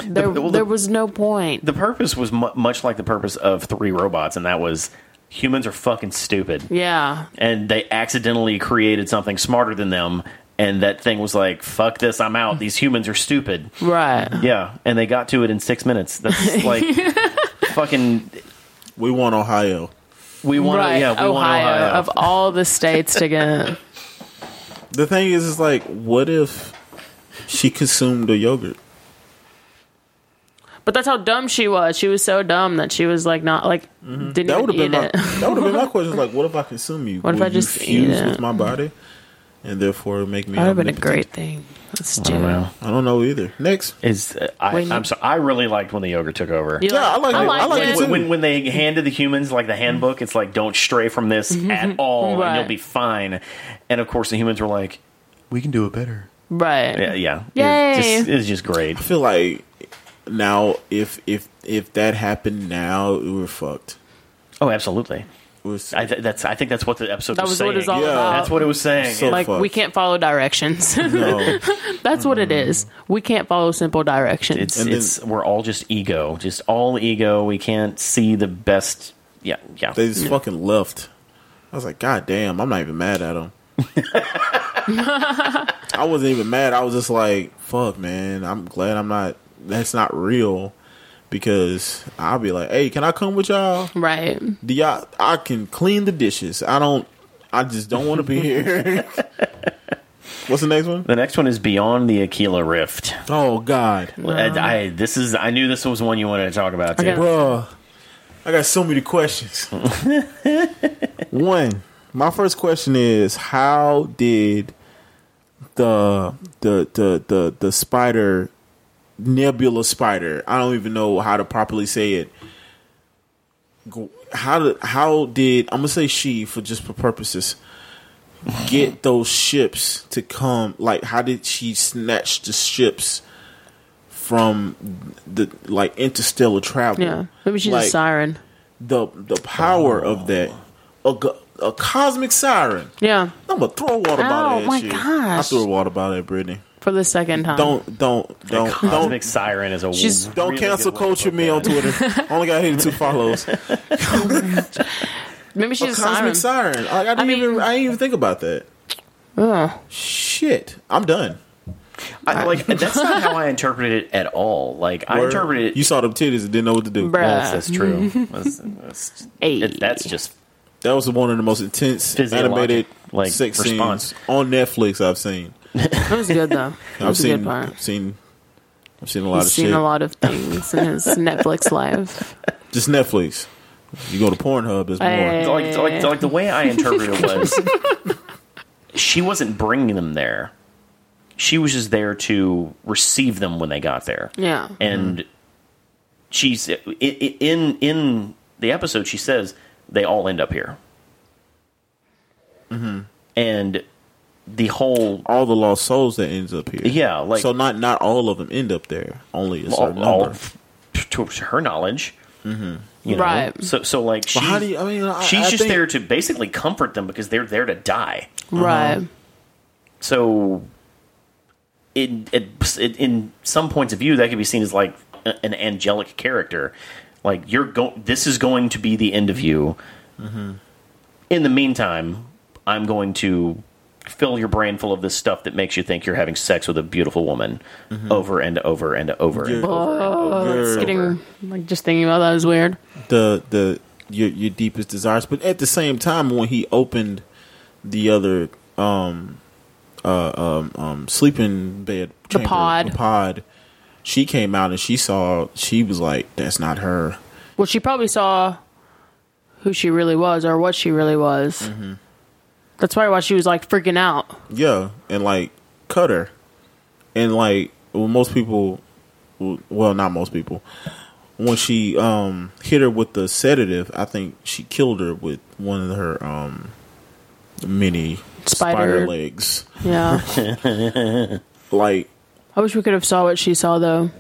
[SPEAKER 2] there
[SPEAKER 1] well, the-
[SPEAKER 2] there was no point.
[SPEAKER 1] the purpose was mu- much like the purpose of three robots, and that was humans are fucking stupid,
[SPEAKER 2] yeah,
[SPEAKER 1] and they accidentally created something smarter than them, and that thing was like, "Fuck this, I'm out." These humans are stupid.
[SPEAKER 2] right.
[SPEAKER 1] Yeah, and they got to it in six minutes. That's like fucking.
[SPEAKER 3] we want Ohio.
[SPEAKER 1] We want,
[SPEAKER 2] right,
[SPEAKER 1] yeah, we
[SPEAKER 2] Ohio,
[SPEAKER 1] want Ohio.
[SPEAKER 2] of all the states to get.
[SPEAKER 3] The thing is, is like, what if she consumed the yogurt?
[SPEAKER 2] But that's how dumb she was. She was so dumb that she was like not like didn't
[SPEAKER 3] That
[SPEAKER 2] even
[SPEAKER 3] would have been
[SPEAKER 2] eat
[SPEAKER 3] my
[SPEAKER 2] it.
[SPEAKER 3] that would have been my question. Like, what if I consume you?
[SPEAKER 2] What if
[SPEAKER 3] Will
[SPEAKER 2] I just
[SPEAKER 3] you
[SPEAKER 2] eat
[SPEAKER 3] fuse
[SPEAKER 2] it?
[SPEAKER 3] with my body, and therefore make me?
[SPEAKER 2] that would have been a
[SPEAKER 3] omnipotent?
[SPEAKER 2] great thing. Let's
[SPEAKER 1] I
[SPEAKER 2] do
[SPEAKER 1] don't
[SPEAKER 2] it.
[SPEAKER 1] know.
[SPEAKER 3] I don't know either. Next.
[SPEAKER 1] Is uh, I,
[SPEAKER 2] When-
[SPEAKER 1] I'm sorry. I really liked when the yogurt took over.
[SPEAKER 2] You
[SPEAKER 3] Yeah, I like it. I like it
[SPEAKER 2] liked
[SPEAKER 3] too.
[SPEAKER 1] when, when, when they handed the humans like the handbook, it's like don't stray from this at all, and
[SPEAKER 2] Mm-hmm. Right.
[SPEAKER 1] you'll be fine. And of course, the humans were like, "We can do it better."
[SPEAKER 2] Right.
[SPEAKER 1] Yeah, yeah.
[SPEAKER 2] Yay.
[SPEAKER 1] It's just, it's just great.
[SPEAKER 3] I feel like now if if if that happened now, we're fucked.
[SPEAKER 1] Oh, absolutely.
[SPEAKER 3] We're,
[SPEAKER 1] I th- that's. I think that's what the episode
[SPEAKER 2] That
[SPEAKER 1] was,
[SPEAKER 2] was
[SPEAKER 1] saying.
[SPEAKER 2] what it's all
[SPEAKER 3] Yeah.
[SPEAKER 2] about.
[SPEAKER 1] that's what it was saying.
[SPEAKER 3] So-
[SPEAKER 2] like
[SPEAKER 3] fuck.
[SPEAKER 2] we can't follow directions.
[SPEAKER 3] no,
[SPEAKER 2] that's what it
[SPEAKER 3] Mm-hmm.
[SPEAKER 2] is. We can't follow simple directions.
[SPEAKER 1] it's
[SPEAKER 3] And then-
[SPEAKER 1] it's we're all just ego, just all ego. We can't see the best. Yeah, yeah.
[SPEAKER 3] they just fucking left. I was like, God damn, I'm not even mad at them. I wasn't even mad. I was just like, fuck, man. I'm glad I'm not. That's not real. Because I'll be like, hey, can I come with y'all?
[SPEAKER 2] right.
[SPEAKER 3] Do y'all? I can clean the dishes. I don't. I just don't want to be here. What's the next one?
[SPEAKER 1] the next one is beyond the Aquila Rift.
[SPEAKER 3] Oh God.
[SPEAKER 1] I, I- this is I knew this was one you wanted to talk about. Too.
[SPEAKER 2] Okay.
[SPEAKER 3] Bruh, I got so many questions. One, my first question is how did the the the the the spider nebula spider? I don't even know how to properly say it. Go- How did how did I'm gonna say she for just for purposes get those ships to come? Like, how did she snatch the ships? From the like interstellar travel,
[SPEAKER 2] Yeah. Maybe she's a
[SPEAKER 3] Like,
[SPEAKER 2] siren.
[SPEAKER 3] the the power of that a, go- a cosmic siren.
[SPEAKER 2] Yeah.
[SPEAKER 3] I'm gonna throw a water bottle
[SPEAKER 2] Oh,
[SPEAKER 3] at
[SPEAKER 2] my
[SPEAKER 3] you.
[SPEAKER 2] gosh.
[SPEAKER 3] I threw a water bottle at Brittany.
[SPEAKER 2] For the second time.
[SPEAKER 3] Don't don't don't
[SPEAKER 1] Cosmic
[SPEAKER 3] don't
[SPEAKER 1] Siren is a
[SPEAKER 2] She's-
[SPEAKER 1] really
[SPEAKER 3] don't
[SPEAKER 1] good
[SPEAKER 3] cancel
[SPEAKER 1] way to
[SPEAKER 3] culture
[SPEAKER 1] put
[SPEAKER 3] me
[SPEAKER 1] that.
[SPEAKER 3] on Twitter. Only got hit two follows. A
[SPEAKER 2] Maybe she's a siren.
[SPEAKER 3] cosmic siren. Like, I didn't
[SPEAKER 2] mean-
[SPEAKER 3] even I didn't even think about that.
[SPEAKER 2] Ugh.
[SPEAKER 3] Shit, I'm done.
[SPEAKER 1] I, like that's not how I interpreted it at all. Like I
[SPEAKER 3] Word.
[SPEAKER 1] interpreted it.
[SPEAKER 3] You saw them titties and didn't know what to do.
[SPEAKER 2] Bruh.
[SPEAKER 1] Yes, that's true. That's, that's,
[SPEAKER 2] Hey.
[SPEAKER 1] it- that's just
[SPEAKER 3] That was one of the most intense animated
[SPEAKER 1] like,
[SPEAKER 3] sex
[SPEAKER 1] response.
[SPEAKER 3] scenes on Netflix I've seen.
[SPEAKER 2] It was good though. It
[SPEAKER 3] I've
[SPEAKER 2] was a good
[SPEAKER 3] seen,
[SPEAKER 2] part.
[SPEAKER 3] seen, I've seen a lot
[SPEAKER 2] He's
[SPEAKER 3] of
[SPEAKER 2] seen
[SPEAKER 3] shit.
[SPEAKER 2] a lot of things in his Netflix life.
[SPEAKER 3] Just Netflix. You go to Pornhub, there's more.
[SPEAKER 2] Hey.
[SPEAKER 1] like, like, like the way I interpreted it was she wasn't bringing them there. She was just there to receive them when they got there.
[SPEAKER 2] Yeah.
[SPEAKER 1] And
[SPEAKER 3] Mm-hmm.
[SPEAKER 1] she's i- i- in in the episode. She says they all end up here.
[SPEAKER 3] Mm-hmm.
[SPEAKER 1] And the whole
[SPEAKER 3] All the lost souls that ends up here.
[SPEAKER 1] Yeah, like-
[SPEAKER 3] so not not all of them end up there. Only a certain
[SPEAKER 1] all, all
[SPEAKER 3] number. Mm-hmm.
[SPEAKER 1] to her knowledge. You know?
[SPEAKER 2] Right.
[SPEAKER 1] So so like she's,
[SPEAKER 3] how do you- I mean, I-
[SPEAKER 1] she's
[SPEAKER 3] I
[SPEAKER 1] just
[SPEAKER 3] think-
[SPEAKER 1] there to basically comfort them because they're there to die.
[SPEAKER 2] Right.
[SPEAKER 1] So, in it, it, in some points of view, that could be seen as like a- an angelic character. Like you're go- this is going to be the end of you.
[SPEAKER 3] Mm-hmm.
[SPEAKER 1] In the meantime, I'm going to fill your brain full of this stuff that makes you think you're having sex with a beautiful woman over and over and over.
[SPEAKER 3] Mm-hmm. You're-
[SPEAKER 2] Oh, it's
[SPEAKER 3] you're-
[SPEAKER 2] getting like just thinking about that was weird.
[SPEAKER 3] the the your your deepest desires. But at the same time, when he opened the other um uh um, um sleeping bed
[SPEAKER 2] The pod.
[SPEAKER 3] pod, she came out and she saw she was like, "That's not her."
[SPEAKER 2] Well, she probably saw who she really was or what she really was.
[SPEAKER 3] Mm-hmm.
[SPEAKER 2] That's probably why she was like freaking out.
[SPEAKER 3] Yeah, and like cut her, and like well, most people, well, not most people. When she um hit her with the sedative, I think she killed her with one of her um mini
[SPEAKER 2] Spider.
[SPEAKER 3] spider legs.
[SPEAKER 2] Yeah.
[SPEAKER 3] Like
[SPEAKER 2] I wish we could have saw what she saw though.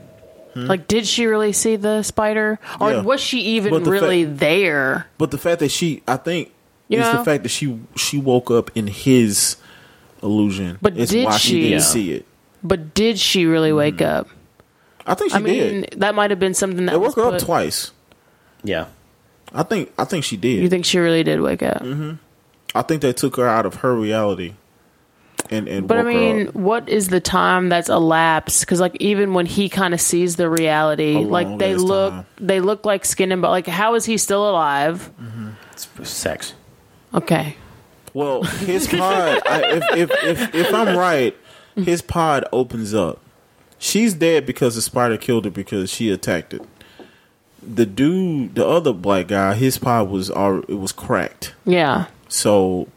[SPEAKER 2] Like, did she really see the spider, or
[SPEAKER 3] Hmm? Yeah.
[SPEAKER 2] was she even
[SPEAKER 3] But the
[SPEAKER 2] really there?
[SPEAKER 3] But the fact that she, I think,
[SPEAKER 2] You
[SPEAKER 3] is
[SPEAKER 2] know?
[SPEAKER 3] the fact that she she woke up in his illusion.
[SPEAKER 2] But
[SPEAKER 3] it's
[SPEAKER 2] did
[SPEAKER 3] why she,
[SPEAKER 2] she?
[SPEAKER 3] didn't
[SPEAKER 1] Yeah.
[SPEAKER 3] see it.
[SPEAKER 2] But did she really wake up?
[SPEAKER 3] I think she
[SPEAKER 2] I mean,
[SPEAKER 3] Hmm. did.
[SPEAKER 2] that might have been something that
[SPEAKER 3] They
[SPEAKER 2] was
[SPEAKER 3] woke her up
[SPEAKER 2] put-
[SPEAKER 3] twice.
[SPEAKER 1] Yeah.
[SPEAKER 3] I think I think she did.
[SPEAKER 2] You think she really did wake up?
[SPEAKER 3] I think they took her out of her reality. And and
[SPEAKER 2] But I
[SPEAKER 3] woke her
[SPEAKER 2] mean,
[SPEAKER 3] up.
[SPEAKER 2] what is the time that's elapsed? Because like even when he kind of sees the reality,
[SPEAKER 3] A
[SPEAKER 2] like
[SPEAKER 3] long
[SPEAKER 2] they
[SPEAKER 3] ass
[SPEAKER 2] look,
[SPEAKER 3] time.
[SPEAKER 2] they look like skin and bone. Like how is he still alive?
[SPEAKER 1] It's sex.
[SPEAKER 2] Okay,
[SPEAKER 3] well, his pod. I, if, if if if I'm right, his pod opens up. She's dead because the spider killed her because she attacked it. The dude, the other black guy, his pod was all it was cracked.
[SPEAKER 2] yeah,
[SPEAKER 3] So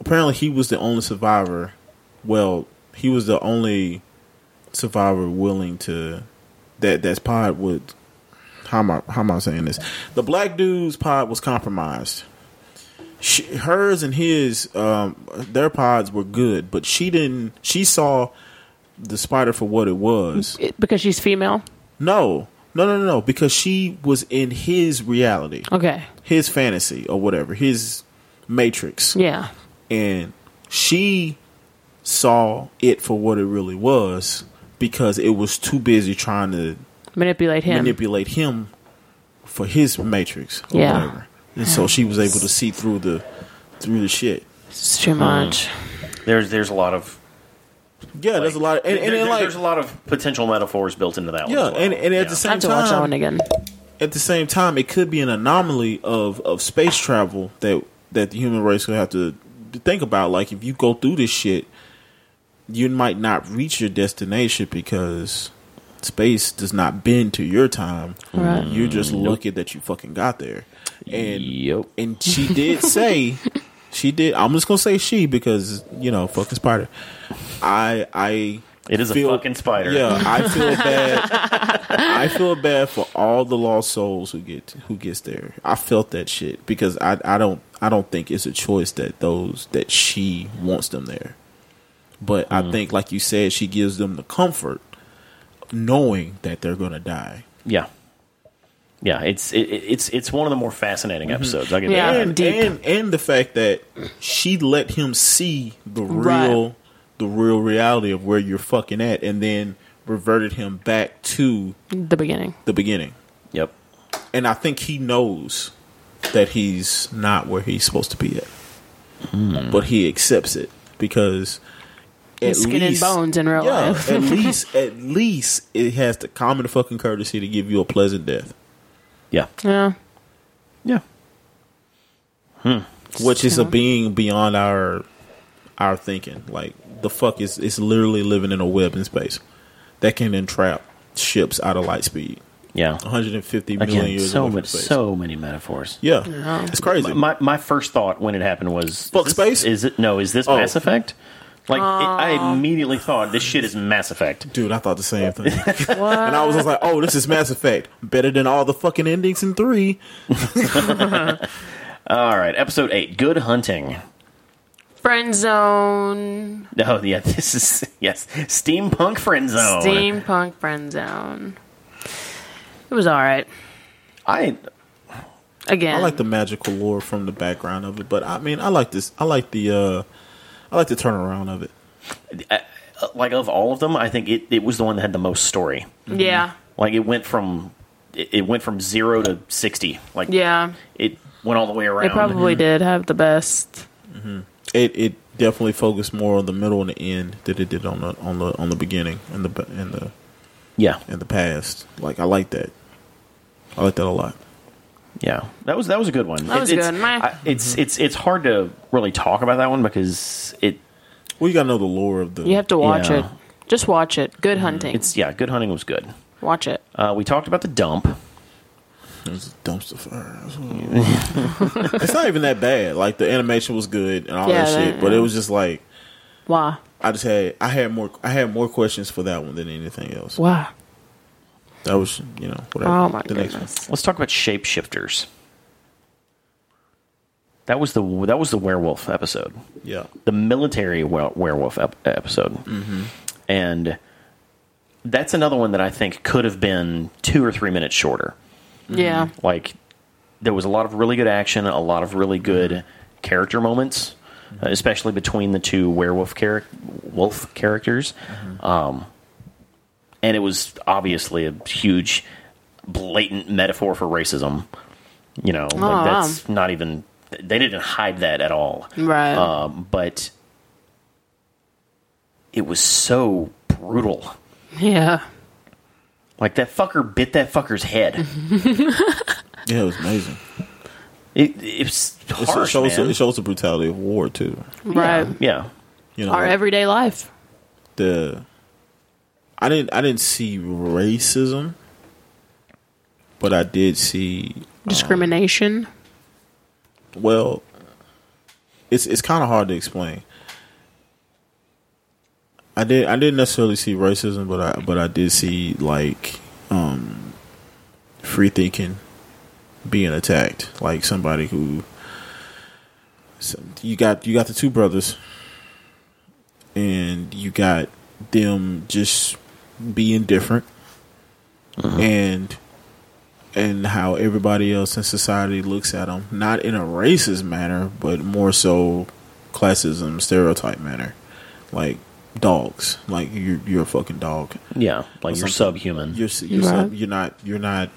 [SPEAKER 3] apparently he was the only survivor. Well, he was the only survivor willing to that that's pod would how am I how am I saying this? The black dude's pod was compromised. She, hers and his um their pods were good, but she didn't she saw the spider for what it was.
[SPEAKER 2] It- because she's female.
[SPEAKER 3] No. No, no, no, no, because she was in his reality,
[SPEAKER 2] Okay,
[SPEAKER 3] his fantasy or whatever, his matrix
[SPEAKER 2] yeah,
[SPEAKER 3] and she saw it for what it really was because it was too busy trying to
[SPEAKER 2] manipulate him.
[SPEAKER 3] manipulate him for his matrix or
[SPEAKER 2] Yeah.
[SPEAKER 3] whatever. And so she was able to see through the through the shit.
[SPEAKER 2] it's too much.
[SPEAKER 1] There's there's a lot of
[SPEAKER 3] Yeah, there's a lot of, and, and,
[SPEAKER 1] there-
[SPEAKER 3] then, like
[SPEAKER 1] there's a lot of potential metaphors built into that one.
[SPEAKER 3] yeah,
[SPEAKER 1] as well.
[SPEAKER 3] and, and at
[SPEAKER 1] Yeah.
[SPEAKER 3] the
[SPEAKER 2] I
[SPEAKER 3] same
[SPEAKER 2] have to watch that
[SPEAKER 3] time
[SPEAKER 2] one again.
[SPEAKER 3] at the same time, it could be an anomaly of, of space travel that that the human race will have to think about. Like if you go through this shit, you might not reach your destination because space does not bend to your time.
[SPEAKER 2] Right.
[SPEAKER 3] You're just lucky that you fucking got there. And
[SPEAKER 1] Yep.
[SPEAKER 3] and she did say she did. I'm just gonna say she because you know fucking spider. I I
[SPEAKER 1] It is a fucking spider.
[SPEAKER 3] Yeah, I feel bad. I feel bad for all the lost souls who get who gets there. I felt that shit because I I don't I don't think it's a choice that those that she wants them there. But I think, like you said, she gives them the comfort knowing that they're gonna die.
[SPEAKER 1] Yeah. Yeah, it's it, it- it's it's one of the more fascinating episodes. I get
[SPEAKER 2] Yeah.
[SPEAKER 1] that.
[SPEAKER 3] and,
[SPEAKER 2] deep.
[SPEAKER 3] and and the fact that she let him see the
[SPEAKER 2] Right.
[SPEAKER 3] real the real reality of where you're fucking at and then reverted him back to
[SPEAKER 2] The beginning.
[SPEAKER 3] the beginning
[SPEAKER 1] Yep.
[SPEAKER 3] and I think he knows that he's not where he's supposed to be at,
[SPEAKER 1] Hmm.
[SPEAKER 3] but he accepts it because
[SPEAKER 2] He's skin and bones in real
[SPEAKER 3] yeah,
[SPEAKER 2] life.
[SPEAKER 3] at least at least it has the common fucking courtesy to give you a pleasant death.
[SPEAKER 1] Yeah.
[SPEAKER 2] Yeah.
[SPEAKER 1] Yeah.
[SPEAKER 3] which is a being beyond our our thinking. Like the fuck is it's literally living in a web in space that can entrap ships out of light speed,
[SPEAKER 1] Yeah.
[SPEAKER 3] 150 million
[SPEAKER 1] Again,
[SPEAKER 3] years
[SPEAKER 1] so
[SPEAKER 3] away from
[SPEAKER 1] much,
[SPEAKER 3] space.
[SPEAKER 1] so many metaphors.
[SPEAKER 3] yeah, it's crazy.
[SPEAKER 1] My my first thought when it happened was
[SPEAKER 3] Fuck
[SPEAKER 1] is this-
[SPEAKER 3] space?
[SPEAKER 1] Is it no? Is this
[SPEAKER 3] Oh.
[SPEAKER 1] Mass Effect? Like it, I immediately thought this shit is Mass Effect.
[SPEAKER 3] Dude, I thought the same thing, and
[SPEAKER 2] What?
[SPEAKER 3] I was just like, "Oh, this is Mass Effect, better than all the fucking endings in three.
[SPEAKER 1] All right, episode eight. Good hunting.
[SPEAKER 2] Friend zone.
[SPEAKER 1] Oh yeah, this is yes steampunk friend
[SPEAKER 3] Oh,
[SPEAKER 1] zone.
[SPEAKER 2] Steampunk friend zone. It was all right.
[SPEAKER 1] I
[SPEAKER 2] Again,
[SPEAKER 3] I like the magical lore from the background of it, but I mean, I like this. I like the, uh I like the turnaround of it.
[SPEAKER 1] uh, like of all of them. I think it, it was the one that had the most story.
[SPEAKER 2] yeah,
[SPEAKER 1] Like it went from it, it went from zero to sixty. Like
[SPEAKER 2] yeah.
[SPEAKER 1] it went all the way around.
[SPEAKER 2] It probably did have the best.
[SPEAKER 3] It it definitely focused more on the middle and the end than it did on the on the on the beginning and the ba- and the
[SPEAKER 1] yeah,
[SPEAKER 3] and the past. Like I like that. I like that a lot.
[SPEAKER 1] yeah. That was that was a good one.
[SPEAKER 2] That was
[SPEAKER 1] it's,
[SPEAKER 2] good. Meh.
[SPEAKER 1] I, it's it's it's hard to really talk about that one because it
[SPEAKER 3] Well, you gotta know the lore of the.
[SPEAKER 2] You have to watch
[SPEAKER 1] Yeah.
[SPEAKER 2] it. Just watch it.
[SPEAKER 3] Mm.
[SPEAKER 2] Good hunting.
[SPEAKER 1] it's yeah. Good hunting was good.
[SPEAKER 2] watch it.
[SPEAKER 1] Uh, we talked about the dump.
[SPEAKER 3] There's a dumpster fire. it's not even that bad. Like the animation was good and all that
[SPEAKER 2] Yeah,
[SPEAKER 3] shit,
[SPEAKER 2] that-
[SPEAKER 3] but it was just like
[SPEAKER 2] Why?
[SPEAKER 3] I just had I had more I had more questions for that one than anything else.
[SPEAKER 2] Why?
[SPEAKER 3] That was you know whatever.
[SPEAKER 2] Oh my
[SPEAKER 3] the next one.
[SPEAKER 2] goodness.
[SPEAKER 1] Let's talk about shapeshifters. That was the that was the werewolf episode,
[SPEAKER 3] Yeah.
[SPEAKER 1] the military were- werewolf ep- episode,
[SPEAKER 2] Mm-hmm.
[SPEAKER 1] and that's another one that I think could have been two or three minutes shorter.
[SPEAKER 3] Mm.
[SPEAKER 2] Yeah.
[SPEAKER 1] Like there was a lot of really good action, a lot of
[SPEAKER 2] Mm-hmm.
[SPEAKER 1] really good character moments, uh, especially between the two werewolf charac- wolf characters,
[SPEAKER 2] Mm-hmm.
[SPEAKER 1] um, and it was obviously a huge, blatant metaphor for racism. You know,
[SPEAKER 2] Oh, wow.
[SPEAKER 1] like that's not even they didn't hide that at all,
[SPEAKER 2] Right.
[SPEAKER 1] Um, but it was so brutal.
[SPEAKER 2] Yeah.
[SPEAKER 1] Like that fucker bit that fucker's head.
[SPEAKER 2] Mm-hmm.
[SPEAKER 3] Yeah, it was amazing.
[SPEAKER 1] It, it's
[SPEAKER 3] It
[SPEAKER 1] harsh,
[SPEAKER 3] shows
[SPEAKER 1] man.
[SPEAKER 3] it shows the brutality of war too.
[SPEAKER 2] Right.
[SPEAKER 1] yeah,
[SPEAKER 3] You know,
[SPEAKER 2] Our everyday life.
[SPEAKER 3] the I didn't I didn't see racism, but I did see
[SPEAKER 2] Discrimination.
[SPEAKER 3] well. It's it's kind of hard to explain. I did I didn't necessarily see racism, but I but I did see like um, free thinking being attacked, like somebody who some- you got you got the two brothers, and you got them just being different, and and how everybody else in society looks at them, not in a racist manner, but more so classism, stereotype manner, like dogs, like you're you're a fucking dog,
[SPEAKER 1] yeah. Like you're
[SPEAKER 3] something.
[SPEAKER 1] subhuman.
[SPEAKER 3] you're s- you're,
[SPEAKER 2] Right.
[SPEAKER 3] sub- you're not you're not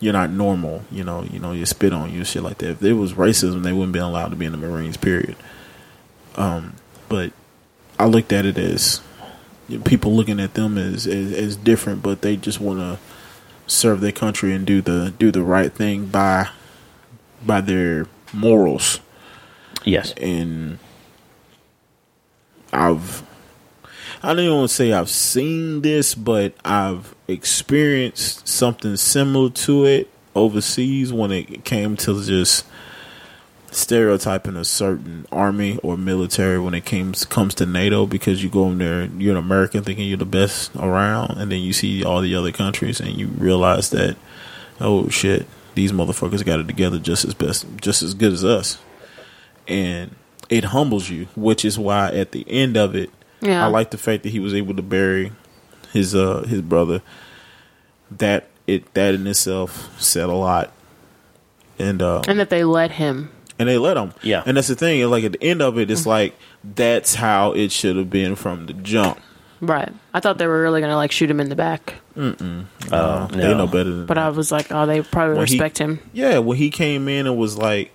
[SPEAKER 3] you're not normal. You know, you know, you spit on you, shit like that. If there was racism, they wouldn't be allowed to be in the Marines. Period. Um, but I looked at it as you know, people looking at them as as, as different, but they just want to serve their country and do the do the right thing by by their morals
[SPEAKER 1] yes.
[SPEAKER 3] and I've I don't even want to say I've seen this, but I've experienced something similar to it overseas when it came to just stereotyping a certain army or military when it comes comes to NATO because you go in there you're an American thinking you're the best around and then you see all the other countries and you realize that oh shit these motherfuckers got it together just as best just as good as us and it humbles you, which is why at the end of it,
[SPEAKER 2] Yeah.
[SPEAKER 3] I like the fact that he was able to bury his uh his brother. That it that in itself said a lot, and uh,
[SPEAKER 2] And that they let him.
[SPEAKER 3] and they let him.
[SPEAKER 1] Yeah.
[SPEAKER 3] and that's the thing. Like at the end of it,
[SPEAKER 2] Mm-hmm.
[SPEAKER 3] it's like that's how it should have been from the jump.
[SPEAKER 2] Right. I thought they were really going to like shoot him in the back.
[SPEAKER 1] Uh,
[SPEAKER 3] They
[SPEAKER 1] no.
[SPEAKER 3] know better than
[SPEAKER 2] But I was like, oh, they probably
[SPEAKER 3] when he-
[SPEAKER 2] respect him.
[SPEAKER 3] Yeah, when he came in and was like,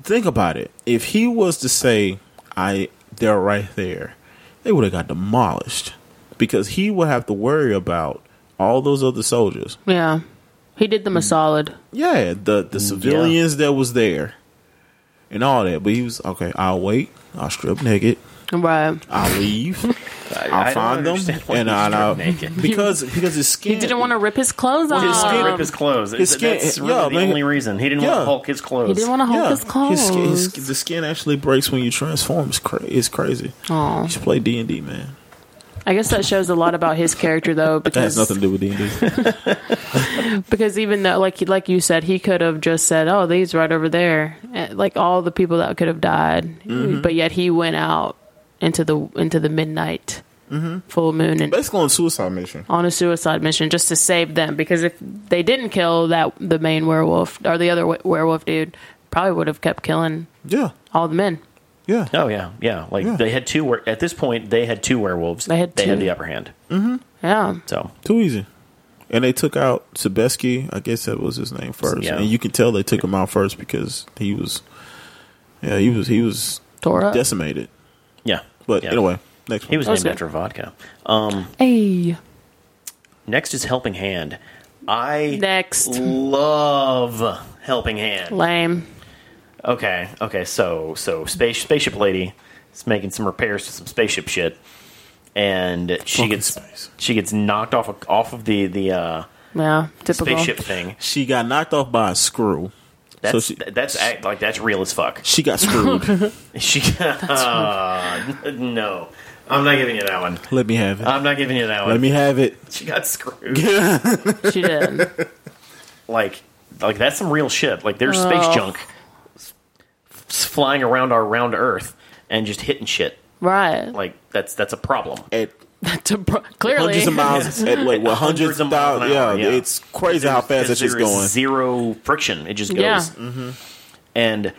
[SPEAKER 3] think about it. If he was to say, "I," they're right there, they would have got demolished because he would have to worry about all those other soldiers. Mm.
[SPEAKER 2] Yeah. He did them a solid.
[SPEAKER 3] Yeah, the the civilians that was there, and all that. But he was okay. I'll wait. I'll strip naked.
[SPEAKER 2] Right.
[SPEAKER 3] I'll leave.
[SPEAKER 1] I,
[SPEAKER 3] I'll find them and I'll, I'll because because his skin.
[SPEAKER 2] He didn't want to rip his clothes off.
[SPEAKER 1] his skin
[SPEAKER 3] Um,
[SPEAKER 1] rip his clothes. Th-
[SPEAKER 3] his skin-
[SPEAKER 1] That's
[SPEAKER 3] yeah,
[SPEAKER 1] really the
[SPEAKER 3] man.
[SPEAKER 1] only reason he didn't want
[SPEAKER 3] Yeah.
[SPEAKER 1] to hulk his clothes.
[SPEAKER 2] He didn't want to hold
[SPEAKER 3] Yeah,
[SPEAKER 2] his clothes.
[SPEAKER 3] skin, his, the skin actually breaks when you transform. It's, cra- it's crazy.
[SPEAKER 2] Aw.
[SPEAKER 3] You should play D and D, man.
[SPEAKER 2] I guess that shows a lot about his character, though,
[SPEAKER 3] That has
[SPEAKER 2] because
[SPEAKER 3] nothing to do with D and D.
[SPEAKER 2] because even though, like like you said, he could have just said, "Oh, these right over there," and, like all the people that could have died, but yet he went out into the into the midnight full moon and
[SPEAKER 3] Basically, on suicide mission.
[SPEAKER 2] on a suicide mission just to save them. Because if they didn't kill that the main werewolf or the other we- werewolf dude, probably would have kept killing
[SPEAKER 3] Yeah,
[SPEAKER 2] all the men.
[SPEAKER 3] yeah.
[SPEAKER 1] Oh yeah, yeah. Like
[SPEAKER 3] Yeah.
[SPEAKER 1] they had two. Were- at this point, they had two werewolves.
[SPEAKER 2] They had two.
[SPEAKER 1] the upper hand.
[SPEAKER 2] Yeah,
[SPEAKER 1] So
[SPEAKER 3] Too easy. And they took out Sebesky, I guess that was his name first.
[SPEAKER 1] Yeah.
[SPEAKER 3] And you can tell they took him out first because he was Yeah, he was he was
[SPEAKER 2] tore up.
[SPEAKER 3] decimated.
[SPEAKER 1] yeah,
[SPEAKER 3] But
[SPEAKER 1] yeah.
[SPEAKER 3] anyway, next one.
[SPEAKER 1] he was
[SPEAKER 2] That was
[SPEAKER 1] named
[SPEAKER 2] good.
[SPEAKER 1] after vodka.
[SPEAKER 2] hey,
[SPEAKER 1] Next is Helping Hand. I
[SPEAKER 2] next
[SPEAKER 1] love Helping Hand.
[SPEAKER 2] lame.
[SPEAKER 1] Okay, okay. So, so space spaceship lady is making some repairs to some spaceship shit, and she
[SPEAKER 3] Fucking
[SPEAKER 1] gets
[SPEAKER 3] space.
[SPEAKER 1] she gets knocked off of, off of the the uh,
[SPEAKER 2] Yeah, typical.
[SPEAKER 1] spaceship thing.
[SPEAKER 3] she got knocked off by a screw.
[SPEAKER 1] That's
[SPEAKER 3] so she,
[SPEAKER 1] that's act, like that's real as fuck.
[SPEAKER 3] she got screwed.
[SPEAKER 1] She uh, no, I'm not giving you that one.
[SPEAKER 3] Let me have it.
[SPEAKER 1] I'm not giving you that one.
[SPEAKER 3] Let me have it.
[SPEAKER 1] she got screwed.
[SPEAKER 2] She did.
[SPEAKER 1] like like that's some real shit. Like there's space
[SPEAKER 2] Oh.
[SPEAKER 1] junk s- s- flying around our round Earth and just hitting shit.
[SPEAKER 2] Right.
[SPEAKER 1] Like that's that's a problem.
[SPEAKER 3] At
[SPEAKER 2] That's a pro- clearly.
[SPEAKER 3] hundreds of miles at wait, what hundreds
[SPEAKER 1] Hundreds
[SPEAKER 3] of
[SPEAKER 1] of miles
[SPEAKER 3] thousands
[SPEAKER 1] an hour,
[SPEAKER 3] yeah,
[SPEAKER 1] yeah.
[SPEAKER 3] it's crazy how fast
[SPEAKER 1] Because
[SPEAKER 3] that shit's
[SPEAKER 1] there is
[SPEAKER 3] going.
[SPEAKER 1] Zero friction. It just goes.
[SPEAKER 2] Yeah.
[SPEAKER 1] And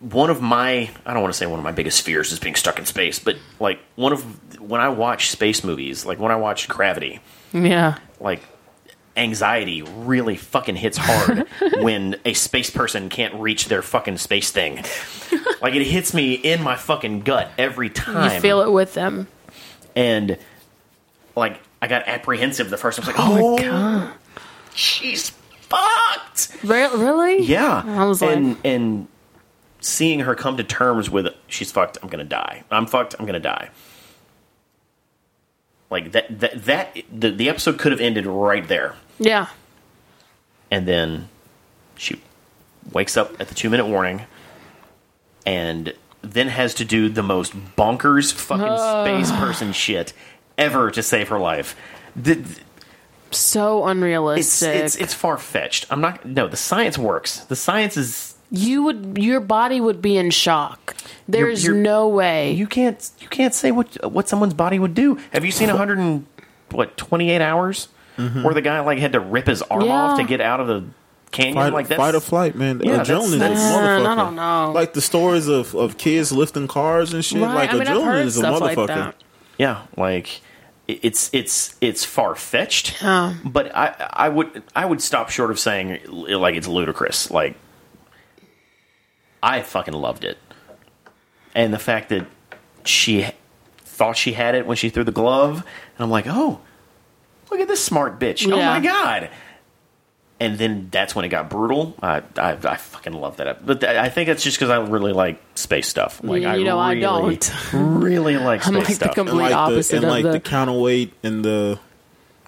[SPEAKER 1] one of my I don't want to say one of my biggest fears is being stuck in space, but like one of when I watch space movies, like when I watch Gravity,
[SPEAKER 2] Yeah.
[SPEAKER 1] like anxiety really fucking hits hard when a space person can't reach their fucking space thing. like it hits me in my fucking gut every time.
[SPEAKER 2] You feel it with them.
[SPEAKER 1] and like I got apprehensive the first time. I was like, "Oh, my god, she's fucked."
[SPEAKER 2] Re- really?
[SPEAKER 1] Yeah,
[SPEAKER 2] I was like-
[SPEAKER 1] and and seeing her come to terms with she's fucked. I'm gonna die. I'm fucked. I'm gonna die. Like that that that the, the episode could have ended right there,
[SPEAKER 2] Yeah.
[SPEAKER 1] and then she wakes up at the two minute warning, and then has to do the most bonkers fucking space person shit ever to save her life. The,
[SPEAKER 2] So
[SPEAKER 1] it's
[SPEAKER 2] unrealistic.
[SPEAKER 1] it's, it's far fetched. I'm not. No, the science works. The science is
[SPEAKER 2] you would. Your body would be in shock. There
[SPEAKER 1] You're-
[SPEAKER 2] is
[SPEAKER 1] you're-
[SPEAKER 2] no way.
[SPEAKER 1] you can't you can't say what what someone's body would do. Have you seen 100 and what 28 hours
[SPEAKER 3] Mm-hmm.
[SPEAKER 1] where the guy like had to rip his arm
[SPEAKER 2] Yeah.
[SPEAKER 1] off to get out of the canyon
[SPEAKER 3] Fight,
[SPEAKER 1] like that's
[SPEAKER 3] fight or flight, man.
[SPEAKER 1] Yeah, that's-
[SPEAKER 3] adrenaline
[SPEAKER 1] that's-
[SPEAKER 3] is
[SPEAKER 1] Uh,
[SPEAKER 3] motherfucker.
[SPEAKER 2] I don't know.
[SPEAKER 3] Like the stories of, of kids lifting cars and shit.
[SPEAKER 2] Right?
[SPEAKER 3] Like
[SPEAKER 2] I mean, I've
[SPEAKER 3] adrenaline
[SPEAKER 2] heard
[SPEAKER 3] is a
[SPEAKER 2] stuff like
[SPEAKER 3] motherfucker.
[SPEAKER 2] that.
[SPEAKER 1] yeah, like it- it's it's it's far fetched. But I I would I would stop short of saying like it's ludicrous. Like I fucking loved it. And the fact that she thought she had it when she threw the glove and I'm like, "Oh, look at this smart bitch. Oh
[SPEAKER 2] Yeah.
[SPEAKER 1] my god." And then that's when it got brutal. I I, I fucking love that. But th- I think that's just because I really like space stuff. Like
[SPEAKER 2] You know, I
[SPEAKER 1] really,
[SPEAKER 2] don't.
[SPEAKER 1] really like space
[SPEAKER 2] I'm like the
[SPEAKER 1] stuff.
[SPEAKER 2] complete
[SPEAKER 3] And like
[SPEAKER 2] opposite
[SPEAKER 3] the and
[SPEAKER 2] of
[SPEAKER 3] like the,
[SPEAKER 2] the.
[SPEAKER 3] counterweight and the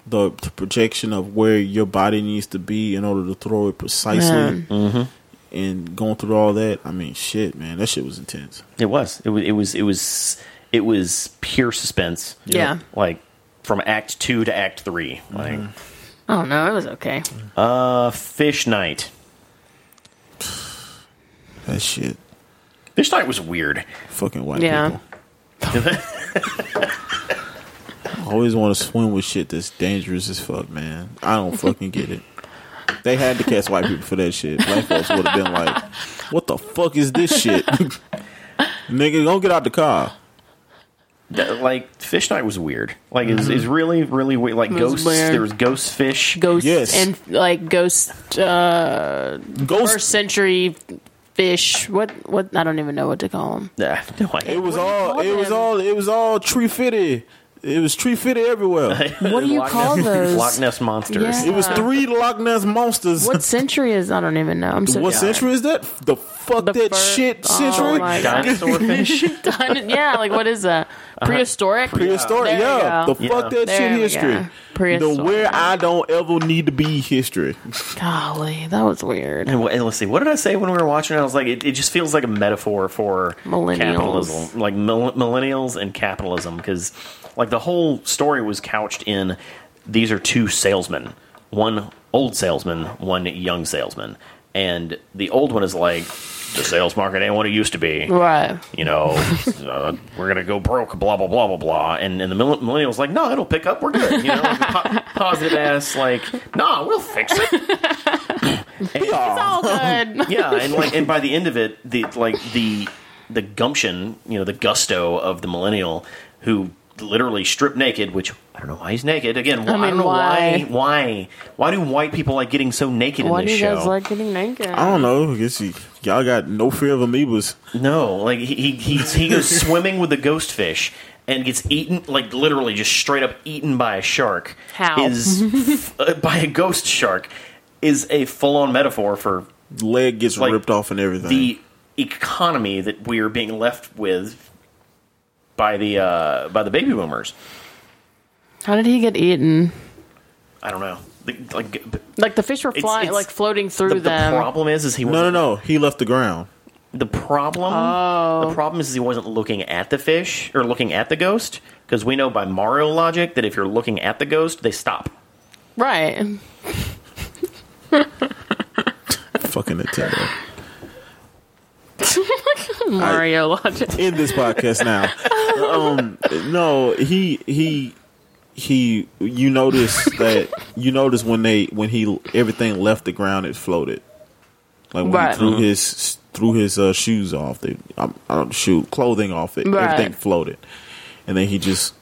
[SPEAKER 3] the projection of where your body needs to be in order to throw it precisely. Mm-hmm. And going through all that, I mean, shit, man, that shit was intense.
[SPEAKER 1] It was. It was. It was. It was. It was pure suspense.
[SPEAKER 2] Yeah. Mm-hmm.
[SPEAKER 1] Like from Act Two to Act Three. Like
[SPEAKER 2] I don't know. It was okay.
[SPEAKER 1] uh, Fish Night.
[SPEAKER 3] That shit,
[SPEAKER 1] Fish Night was weird.
[SPEAKER 3] fucking white
[SPEAKER 2] Yeah.
[SPEAKER 3] people. I always want to swim with shit that's dangerous as fuck, man. I don't fucking get it. They had to catch white people for that shit. Black folks would have been like, "What the fuck is this shit, nigga? Don't get out the car."
[SPEAKER 1] Th- like Fish Night was weird. Like it's it's really really weird. Like
[SPEAKER 2] Mm-hmm. was
[SPEAKER 1] ghosts.
[SPEAKER 2] weird.
[SPEAKER 1] There was ghost fish.
[SPEAKER 2] Ghost
[SPEAKER 3] Yes.
[SPEAKER 2] and like ghost uh,
[SPEAKER 3] Ghost.
[SPEAKER 2] first century fish. What? What? I don't even know what to call them.
[SPEAKER 1] Nah, no, I,
[SPEAKER 3] it was
[SPEAKER 2] What do you
[SPEAKER 3] all.
[SPEAKER 2] call
[SPEAKER 3] It was
[SPEAKER 2] them?
[SPEAKER 3] all. It was all tree fitty. It was tree fitted everywhere.
[SPEAKER 2] What do you
[SPEAKER 1] Uh, Loch
[SPEAKER 2] call
[SPEAKER 1] Ness,
[SPEAKER 2] those?
[SPEAKER 1] Loch Ness monsters?
[SPEAKER 2] Yeah.
[SPEAKER 3] it was three Loch Ness monsters.
[SPEAKER 2] What century is? I don't even know. I'm so
[SPEAKER 3] What century is that? The fuck
[SPEAKER 2] The
[SPEAKER 3] that
[SPEAKER 2] fir-
[SPEAKER 3] shit
[SPEAKER 2] Oh
[SPEAKER 3] century?
[SPEAKER 2] my God.
[SPEAKER 1] Dinosaur fish.
[SPEAKER 2] done. Yeah, like what is that?
[SPEAKER 1] Uh-huh.
[SPEAKER 2] Prehistoric.
[SPEAKER 3] Prehistoric,
[SPEAKER 2] There we
[SPEAKER 3] yeah.
[SPEAKER 2] go.
[SPEAKER 3] The fuck that
[SPEAKER 2] There we
[SPEAKER 3] shit
[SPEAKER 2] go.
[SPEAKER 3] history.
[SPEAKER 2] Prehistoric.
[SPEAKER 3] The where I don't ever need to be history.
[SPEAKER 2] Golly, that was weird.
[SPEAKER 1] And, wh- and let's see, what did I say when we were watching? it? I was like, it, it just feels like a metaphor for
[SPEAKER 2] Millennials.
[SPEAKER 1] capitalism, like mil- millennials and capitalism, because like the whole story was couched in these are two salesmen, one old salesman, one young salesman, and the old one is like the sales market ain't what it used to be
[SPEAKER 2] Right.
[SPEAKER 1] you know, uh, we're gonna go broke, blah blah blah blah blah, and and the mill- millennials like, no, it'll pick up, we're good, you know, like, po- positive ass, like, nah, we'll fix it,
[SPEAKER 2] It's
[SPEAKER 1] Oh,
[SPEAKER 2] all good.
[SPEAKER 1] yeah, and like, and by the end of it, the like the the gumption, you know, the gusto of the millennial who literally stripped naked, which I don't know why he's naked again. I,
[SPEAKER 2] mean,
[SPEAKER 1] don't know
[SPEAKER 2] why?
[SPEAKER 1] why, why, why do white people like getting so naked
[SPEAKER 2] Why
[SPEAKER 1] in
[SPEAKER 2] do
[SPEAKER 1] this
[SPEAKER 2] you
[SPEAKER 1] show?
[SPEAKER 2] guys like getting naked?
[SPEAKER 3] I don't know. I guess you, y'all got no fear of amoebas.
[SPEAKER 1] No, like he he he's, he goes swimming with the ghost fish and gets eaten, like literally just straight up eaten by a shark.
[SPEAKER 2] How?
[SPEAKER 1] is uh, by a ghost shark is a full on metaphor for
[SPEAKER 3] Leg gets
[SPEAKER 1] Like,
[SPEAKER 3] ripped off and everything.
[SPEAKER 1] the economy that we are being left with by the uh, by the baby boomers.
[SPEAKER 2] How did he get eaten?
[SPEAKER 1] I don't know. The, like the,
[SPEAKER 2] Like the fish were flying,
[SPEAKER 1] it's-
[SPEAKER 2] like floating
[SPEAKER 1] the
[SPEAKER 2] through them.
[SPEAKER 1] problem is, is he
[SPEAKER 3] no, no,
[SPEAKER 1] wasn't-
[SPEAKER 3] no. He left the ground.
[SPEAKER 1] The problem,
[SPEAKER 2] Oh.
[SPEAKER 1] the problem is, is he wasn't looking at the fish or looking at the ghost because we know by Mario logic that if you're looking at the ghost, they stop.
[SPEAKER 2] right.
[SPEAKER 3] Fucking Nintendo.
[SPEAKER 2] Mario logic.
[SPEAKER 3] End this podcast now. Um, no, he he he. You notice that you notice when they when he everything left the ground, it floated. Like when
[SPEAKER 2] Right.
[SPEAKER 3] he threw his threw his uh, shoes off, the um, uh, shoe clothing off it,
[SPEAKER 2] Right.
[SPEAKER 3] everything floated, and then he just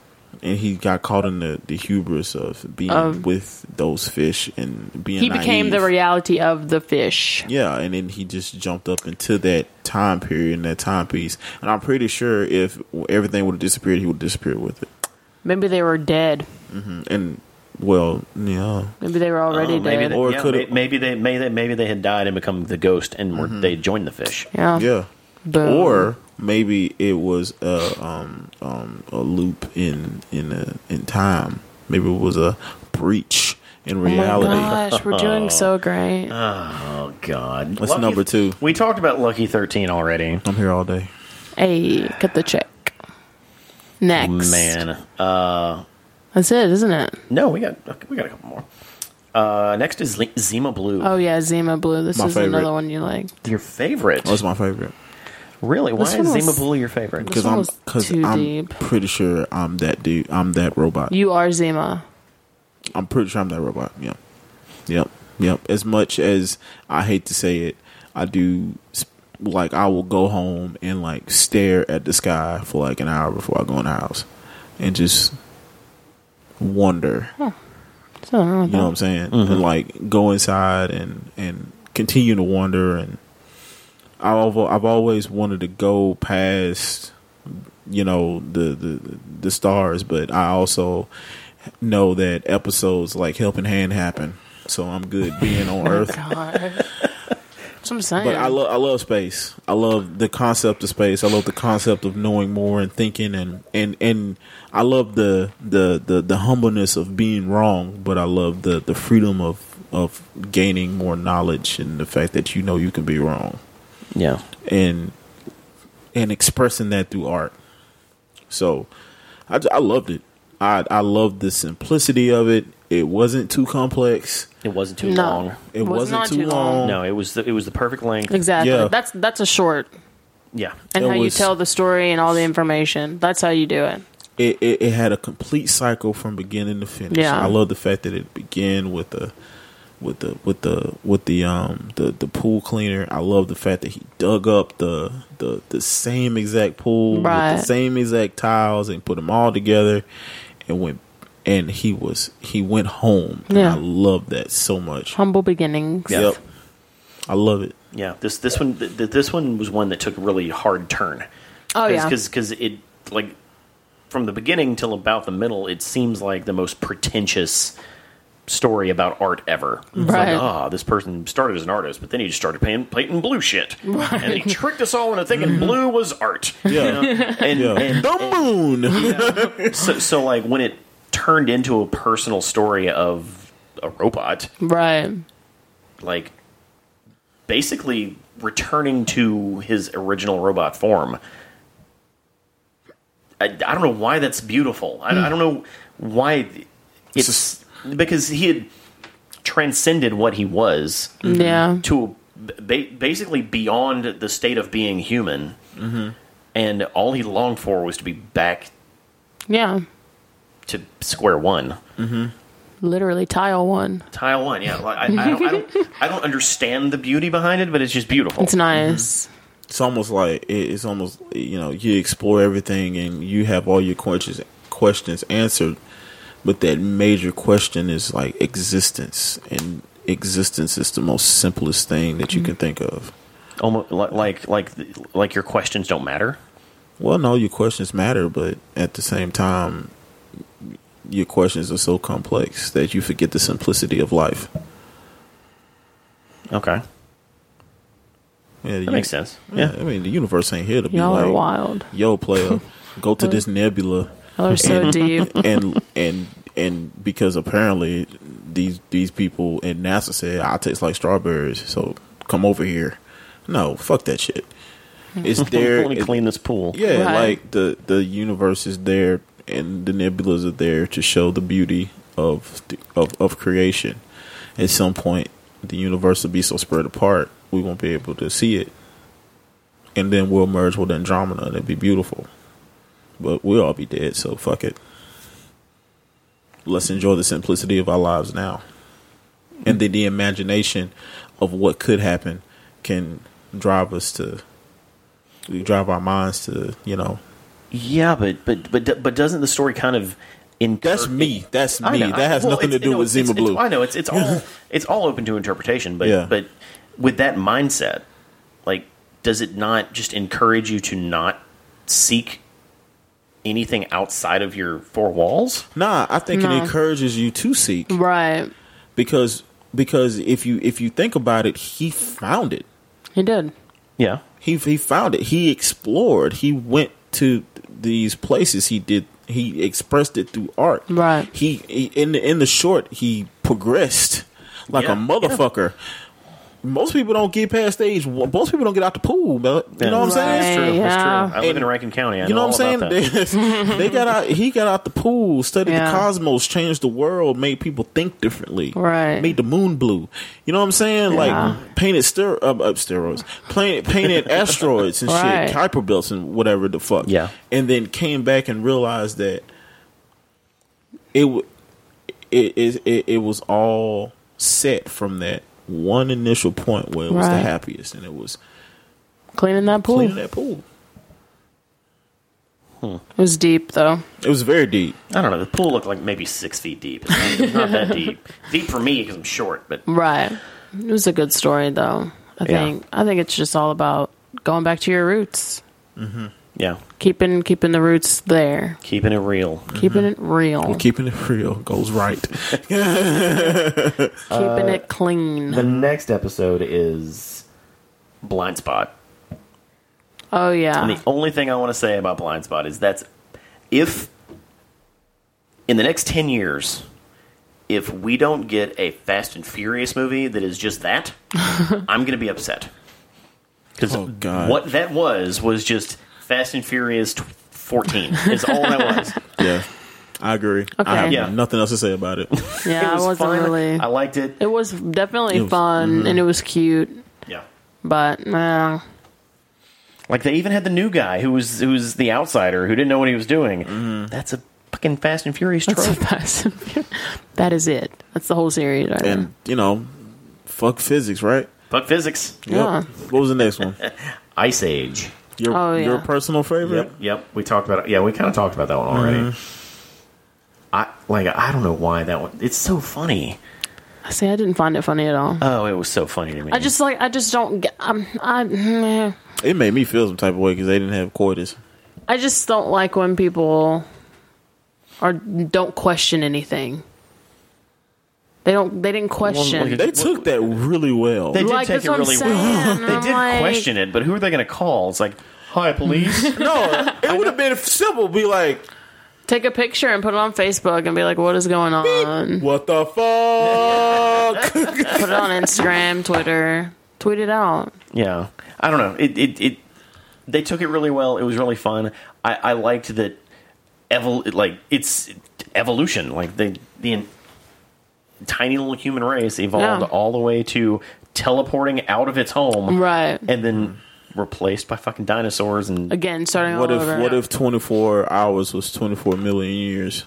[SPEAKER 3] and he got caught in the, the hubris of being
[SPEAKER 2] Of-
[SPEAKER 3] with those fish and being.
[SPEAKER 2] He became the
[SPEAKER 3] naive.
[SPEAKER 2] reality of the fish.
[SPEAKER 3] Yeah, and then he just jumped up into that time period and that timepiece. And I'm pretty sure if everything would have disappeared, he would have disappeared with it.
[SPEAKER 2] Maybe they were dead.
[SPEAKER 3] And well, yeah,
[SPEAKER 2] Maybe they were already
[SPEAKER 1] Oh, maybe,
[SPEAKER 2] dead.
[SPEAKER 1] they,
[SPEAKER 3] Or it
[SPEAKER 1] yeah,
[SPEAKER 3] could've-
[SPEAKER 1] may- maybe they maybe they maybe they had died and become the ghost and were,
[SPEAKER 3] Mm-hmm.
[SPEAKER 1] they joined the fish.
[SPEAKER 2] yeah.
[SPEAKER 3] yeah.
[SPEAKER 2] Boom.
[SPEAKER 3] Or maybe it was a um, um, a loop in in uh in time. Maybe it was a breach in
[SPEAKER 2] Oh my
[SPEAKER 3] reality. Uh.
[SPEAKER 2] gosh, we're doing so great.
[SPEAKER 1] Oh God,
[SPEAKER 3] What's number two?
[SPEAKER 1] We talked about Lucky Thirteen already.
[SPEAKER 3] I'm here all day.
[SPEAKER 2] Hey, cut the check. Next.
[SPEAKER 1] Man, uh,
[SPEAKER 2] That's it, isn't it?
[SPEAKER 1] no, we got okay, we got a couple more. Uh, next is Le- Zima Blue,
[SPEAKER 2] Oh yeah, Zima Blue. This
[SPEAKER 3] My
[SPEAKER 2] is
[SPEAKER 3] favorite.
[SPEAKER 2] another one you like.
[SPEAKER 1] your favorite.
[SPEAKER 3] That's Oh, my favorite
[SPEAKER 1] really? Why
[SPEAKER 2] This
[SPEAKER 1] is
[SPEAKER 2] one was-
[SPEAKER 1] Zima Blue your favorite?
[SPEAKER 3] because
[SPEAKER 2] one
[SPEAKER 3] I'm
[SPEAKER 2] was
[SPEAKER 3] because
[SPEAKER 2] too
[SPEAKER 3] I'm
[SPEAKER 2] deep.
[SPEAKER 3] pretty sure I'm that dude. I'm that robot.
[SPEAKER 2] You are Zima.
[SPEAKER 3] I'm pretty sure I'm that robot. Yeah. Yep. Yep. As much as I hate to say it, I do sp- like I will go home and like stare at the sky for like an hour before I go in the house and just wonder.
[SPEAKER 2] What's wrong with
[SPEAKER 3] You know
[SPEAKER 2] that?
[SPEAKER 3] what I'm saying? And like go inside and and continue to wonder and I've I've always wanted to go past you know the the the stars, but I also know that episodes like Helping Hand happen, so I'm good being on Earth.
[SPEAKER 2] Oh, God. That's what I'm saying.
[SPEAKER 3] But I love I love space. I love the concept of space. I love the concept of knowing more and thinking and and and I love the the the, the humbleness of being wrong, but I love the the freedom of of gaining more knowledge and the fact that you know you can be wrong
[SPEAKER 1] Yeah,
[SPEAKER 3] and and expressing that through art. So I, j- I loved it. I I loved the simplicity of it. It wasn't too complex.
[SPEAKER 1] it wasn't too
[SPEAKER 2] No.
[SPEAKER 1] long.
[SPEAKER 3] It
[SPEAKER 2] Was
[SPEAKER 3] wasn't
[SPEAKER 2] not
[SPEAKER 3] too,
[SPEAKER 2] too
[SPEAKER 3] long.
[SPEAKER 2] long.
[SPEAKER 1] No, it was the, it was the perfect length.
[SPEAKER 2] exactly.
[SPEAKER 3] Yeah.
[SPEAKER 2] That's that's a short,
[SPEAKER 1] Yeah,
[SPEAKER 2] and
[SPEAKER 3] It
[SPEAKER 2] how you
[SPEAKER 3] was-
[SPEAKER 2] tell the story and all the information. That's how you do it.
[SPEAKER 3] it, it, it had a complete cycle from beginning to finish.
[SPEAKER 2] Yeah.
[SPEAKER 3] I love the fact that it began with the with the with the with the um the, the pool cleaner. I love the fact that he dug up the the, the same exact pool
[SPEAKER 2] Right.
[SPEAKER 3] with the same exact tiles and put them all together and went and he was he went home. And
[SPEAKER 2] Yeah.
[SPEAKER 3] I love that so much.
[SPEAKER 2] Humble beginnings.
[SPEAKER 3] Yep. I love it.
[SPEAKER 1] yeah. This this one th- th- this one was one that took a really hard turn.
[SPEAKER 2] Oh yeah.
[SPEAKER 1] because it like from the beginning till about the middle, it seems like the most pretentious story about art ever. It's
[SPEAKER 2] Right.
[SPEAKER 1] like, ah, this person started as an artist, but then he just started paying, painting blue shit, and he tricked us all into thinking blue was art.
[SPEAKER 3] Yeah.
[SPEAKER 1] And,
[SPEAKER 3] Yeah.
[SPEAKER 1] and
[SPEAKER 3] the moon.
[SPEAKER 1] so, so like when it turned into a personal story of a robot,
[SPEAKER 2] Right.
[SPEAKER 1] like basically returning to his original robot form. I, I don't know why that's beautiful. I, I don't know why it's because he had transcended what he was
[SPEAKER 2] Mm-hmm. Yeah.
[SPEAKER 1] to ba- basically beyond the state of being human, and all he longed for was to be back
[SPEAKER 2] Yeah.
[SPEAKER 1] to square one.
[SPEAKER 2] Literally tile one.
[SPEAKER 1] Tile one, yeah. Like, I, I, don't, I, don't, I don't understand the beauty behind it, but it's just beautiful.
[SPEAKER 2] It's nice.
[SPEAKER 1] Mm-hmm.
[SPEAKER 3] it's almost like it- it's almost you know you explore everything and you have all your questions questions answered but that major question is like existence and existence is the most simplest thing that you can think of
[SPEAKER 1] almost li- like like like your questions don't matter.
[SPEAKER 3] well no your questions matter but at the same time your questions are so complex that you forget the simplicity of life
[SPEAKER 1] Okay,
[SPEAKER 3] yeah,
[SPEAKER 1] that makes sense.
[SPEAKER 3] yeah i mean the universe ain't here to be
[SPEAKER 2] Y'all
[SPEAKER 3] like
[SPEAKER 2] are wild.
[SPEAKER 3] yo player go to this nebula
[SPEAKER 2] Y'all are so
[SPEAKER 3] And-
[SPEAKER 2] deep.
[SPEAKER 3] and and and because apparently these these people in NASA said I taste like strawberries, so come over here. No, fuck that shit. It's there.
[SPEAKER 1] Let me
[SPEAKER 3] it-
[SPEAKER 1] clean this pool.
[SPEAKER 3] yeah,
[SPEAKER 2] Right.
[SPEAKER 3] like the the universe is there, and the nebulas are there to show the beauty of the- of of creation. At some point, the universe will be so spread apart we won't be able to see it, and then we'll merge with Andromeda and it'll be beautiful. But we'll all be dead, so fuck it. Let's enjoy the simplicity of our lives now, and then the imagination of what could happen can drive us to we drive our minds to you know
[SPEAKER 1] yeah, but but but but doesn't the story kind of in
[SPEAKER 3] that's me that's me that has nothing to do with Zima Blue
[SPEAKER 1] I know it's it's all it's all open to interpretation, but
[SPEAKER 3] Yeah.
[SPEAKER 1] but with that mindset, like, does it not just encourage you to not seek anything outside of your four walls?
[SPEAKER 3] nah I think
[SPEAKER 2] No.
[SPEAKER 3] it encourages you to seek
[SPEAKER 2] right.
[SPEAKER 3] because because if you if you think about it he found it
[SPEAKER 2] He did.
[SPEAKER 1] Yeah,
[SPEAKER 3] he he found it he explored he went to these places he did he expressed it through art
[SPEAKER 2] Right.
[SPEAKER 3] he, he in the, in the short he progressed like
[SPEAKER 1] Yeah.
[SPEAKER 3] a motherfucker most people don't get past stage one- most people don't get out the pool man. you know what I'm saying
[SPEAKER 1] That's true. That's
[SPEAKER 2] Yeah.
[SPEAKER 1] true. I live
[SPEAKER 3] And-
[SPEAKER 1] in Rankin County. I
[SPEAKER 3] You know what
[SPEAKER 1] all
[SPEAKER 3] I'm
[SPEAKER 1] about
[SPEAKER 3] saying?
[SPEAKER 1] that.
[SPEAKER 3] They, they got out. He got out the pool, studied
[SPEAKER 2] Yeah.
[SPEAKER 3] the cosmos, changed the world, made people think differently.
[SPEAKER 2] Right.
[SPEAKER 3] Made the moon blue. You know what I'm saying?
[SPEAKER 2] Yeah.
[SPEAKER 3] Like painted ster- uh, uh, steroids, painted painted asteroids and
[SPEAKER 2] Right.
[SPEAKER 3] shit, Kuiper belts and whatever the fuck.
[SPEAKER 1] Yeah.
[SPEAKER 3] And then came back and realized that it w- it it, it, it was all set from that one initial point where it was
[SPEAKER 2] Right.
[SPEAKER 3] the happiest and it was
[SPEAKER 2] Cleaning that pool.
[SPEAKER 3] cleaning that pool.
[SPEAKER 2] It was deep though.
[SPEAKER 3] It was very deep.
[SPEAKER 1] I don't know. The pool looked like maybe six feet deep. It's not, it's not that deep. Deep for me because I'm short, but
[SPEAKER 2] Right. It was a good story though. I
[SPEAKER 1] Yeah.
[SPEAKER 2] think I think it's just all about going back to your roots.
[SPEAKER 1] yeah,
[SPEAKER 2] Keeping keeping the roots there.
[SPEAKER 1] keeping it real.
[SPEAKER 2] Keeping
[SPEAKER 1] Mm-hmm.
[SPEAKER 2] it real.
[SPEAKER 3] Keeping it real goes right.
[SPEAKER 2] keeping
[SPEAKER 1] uh,
[SPEAKER 2] it clean.
[SPEAKER 1] The next episode is Blind Spot.
[SPEAKER 2] oh yeah.
[SPEAKER 1] And the only thing I want to say about Blind Spot is that's if in the next 10 years, if we don't get a Fast and Furious movie that is just that, I'm going to be upset. Because
[SPEAKER 3] Oh, God.
[SPEAKER 1] what that was was just Fast and Furious tw 14 is all that was.
[SPEAKER 3] yeah, I agree. I have
[SPEAKER 2] Okay.
[SPEAKER 1] Yeah.
[SPEAKER 3] nothing else to say about it.
[SPEAKER 2] yeah,
[SPEAKER 1] it was
[SPEAKER 2] I wasn't
[SPEAKER 1] fun.
[SPEAKER 2] really
[SPEAKER 1] I liked it.
[SPEAKER 2] it was definitely
[SPEAKER 3] It was-
[SPEAKER 2] fun
[SPEAKER 1] mm-hmm.
[SPEAKER 2] and it was cute,
[SPEAKER 1] Yeah.
[SPEAKER 2] but uh, nah.
[SPEAKER 1] Like they even had the new guy who was who was the outsider who didn't know what he was doing.
[SPEAKER 3] Mm-hmm.
[SPEAKER 1] That's a fucking Fast and Furious
[SPEAKER 2] That's
[SPEAKER 1] trope.
[SPEAKER 2] the Fast and Furious. That is it. That's the whole series. Right
[SPEAKER 3] and you know, fuck physics, right?
[SPEAKER 1] Fuck physics.
[SPEAKER 3] Yep.
[SPEAKER 2] Yeah.
[SPEAKER 3] What was the next one?
[SPEAKER 1] Ice Age.
[SPEAKER 3] Your
[SPEAKER 2] Oh, yeah.
[SPEAKER 3] your personal favorite?
[SPEAKER 1] Yep, yep. We talked about it. Yeah, we kind of talked about that one already. I like. I don't know why that one. It's so funny.
[SPEAKER 2] there. See, I didn't find it funny at all.
[SPEAKER 1] Oh, it was so funny to me.
[SPEAKER 2] I just like I just don't. get- I'm, I mm, meh.
[SPEAKER 3] It made me feel some type of way because they didn't have quarters.
[SPEAKER 2] I just don't like when people or don't question anything. They don't. They didn't question.
[SPEAKER 1] like a-
[SPEAKER 3] They took that really well.
[SPEAKER 1] They did
[SPEAKER 2] Like,
[SPEAKER 1] take
[SPEAKER 2] that's
[SPEAKER 1] it
[SPEAKER 2] what I'm
[SPEAKER 1] really well.
[SPEAKER 2] saying.
[SPEAKER 1] They
[SPEAKER 2] I'm
[SPEAKER 1] did
[SPEAKER 2] like-
[SPEAKER 1] question it, but who are they going to call? It's like, hi, police.
[SPEAKER 3] no, it would have been simple. Be like,
[SPEAKER 2] Take a picture and put it on Facebook and be like, "What is going on?"
[SPEAKER 3] what the fuck?
[SPEAKER 2] Put it on Instagram, Twitter, tweet it out.
[SPEAKER 1] yeah, I don't know. It, it it they took it really well. It was really fun. I I liked that. Evol like it's evolution. Like the the en- tiny little human race evolved
[SPEAKER 2] Yeah.
[SPEAKER 1] all the way to teleporting out of its home,
[SPEAKER 2] Right.
[SPEAKER 1] and then replaced by fucking dinosaurs and
[SPEAKER 2] Again, starting
[SPEAKER 3] what
[SPEAKER 2] all
[SPEAKER 3] if
[SPEAKER 2] over.
[SPEAKER 3] what if twenty four hours was twenty four million years?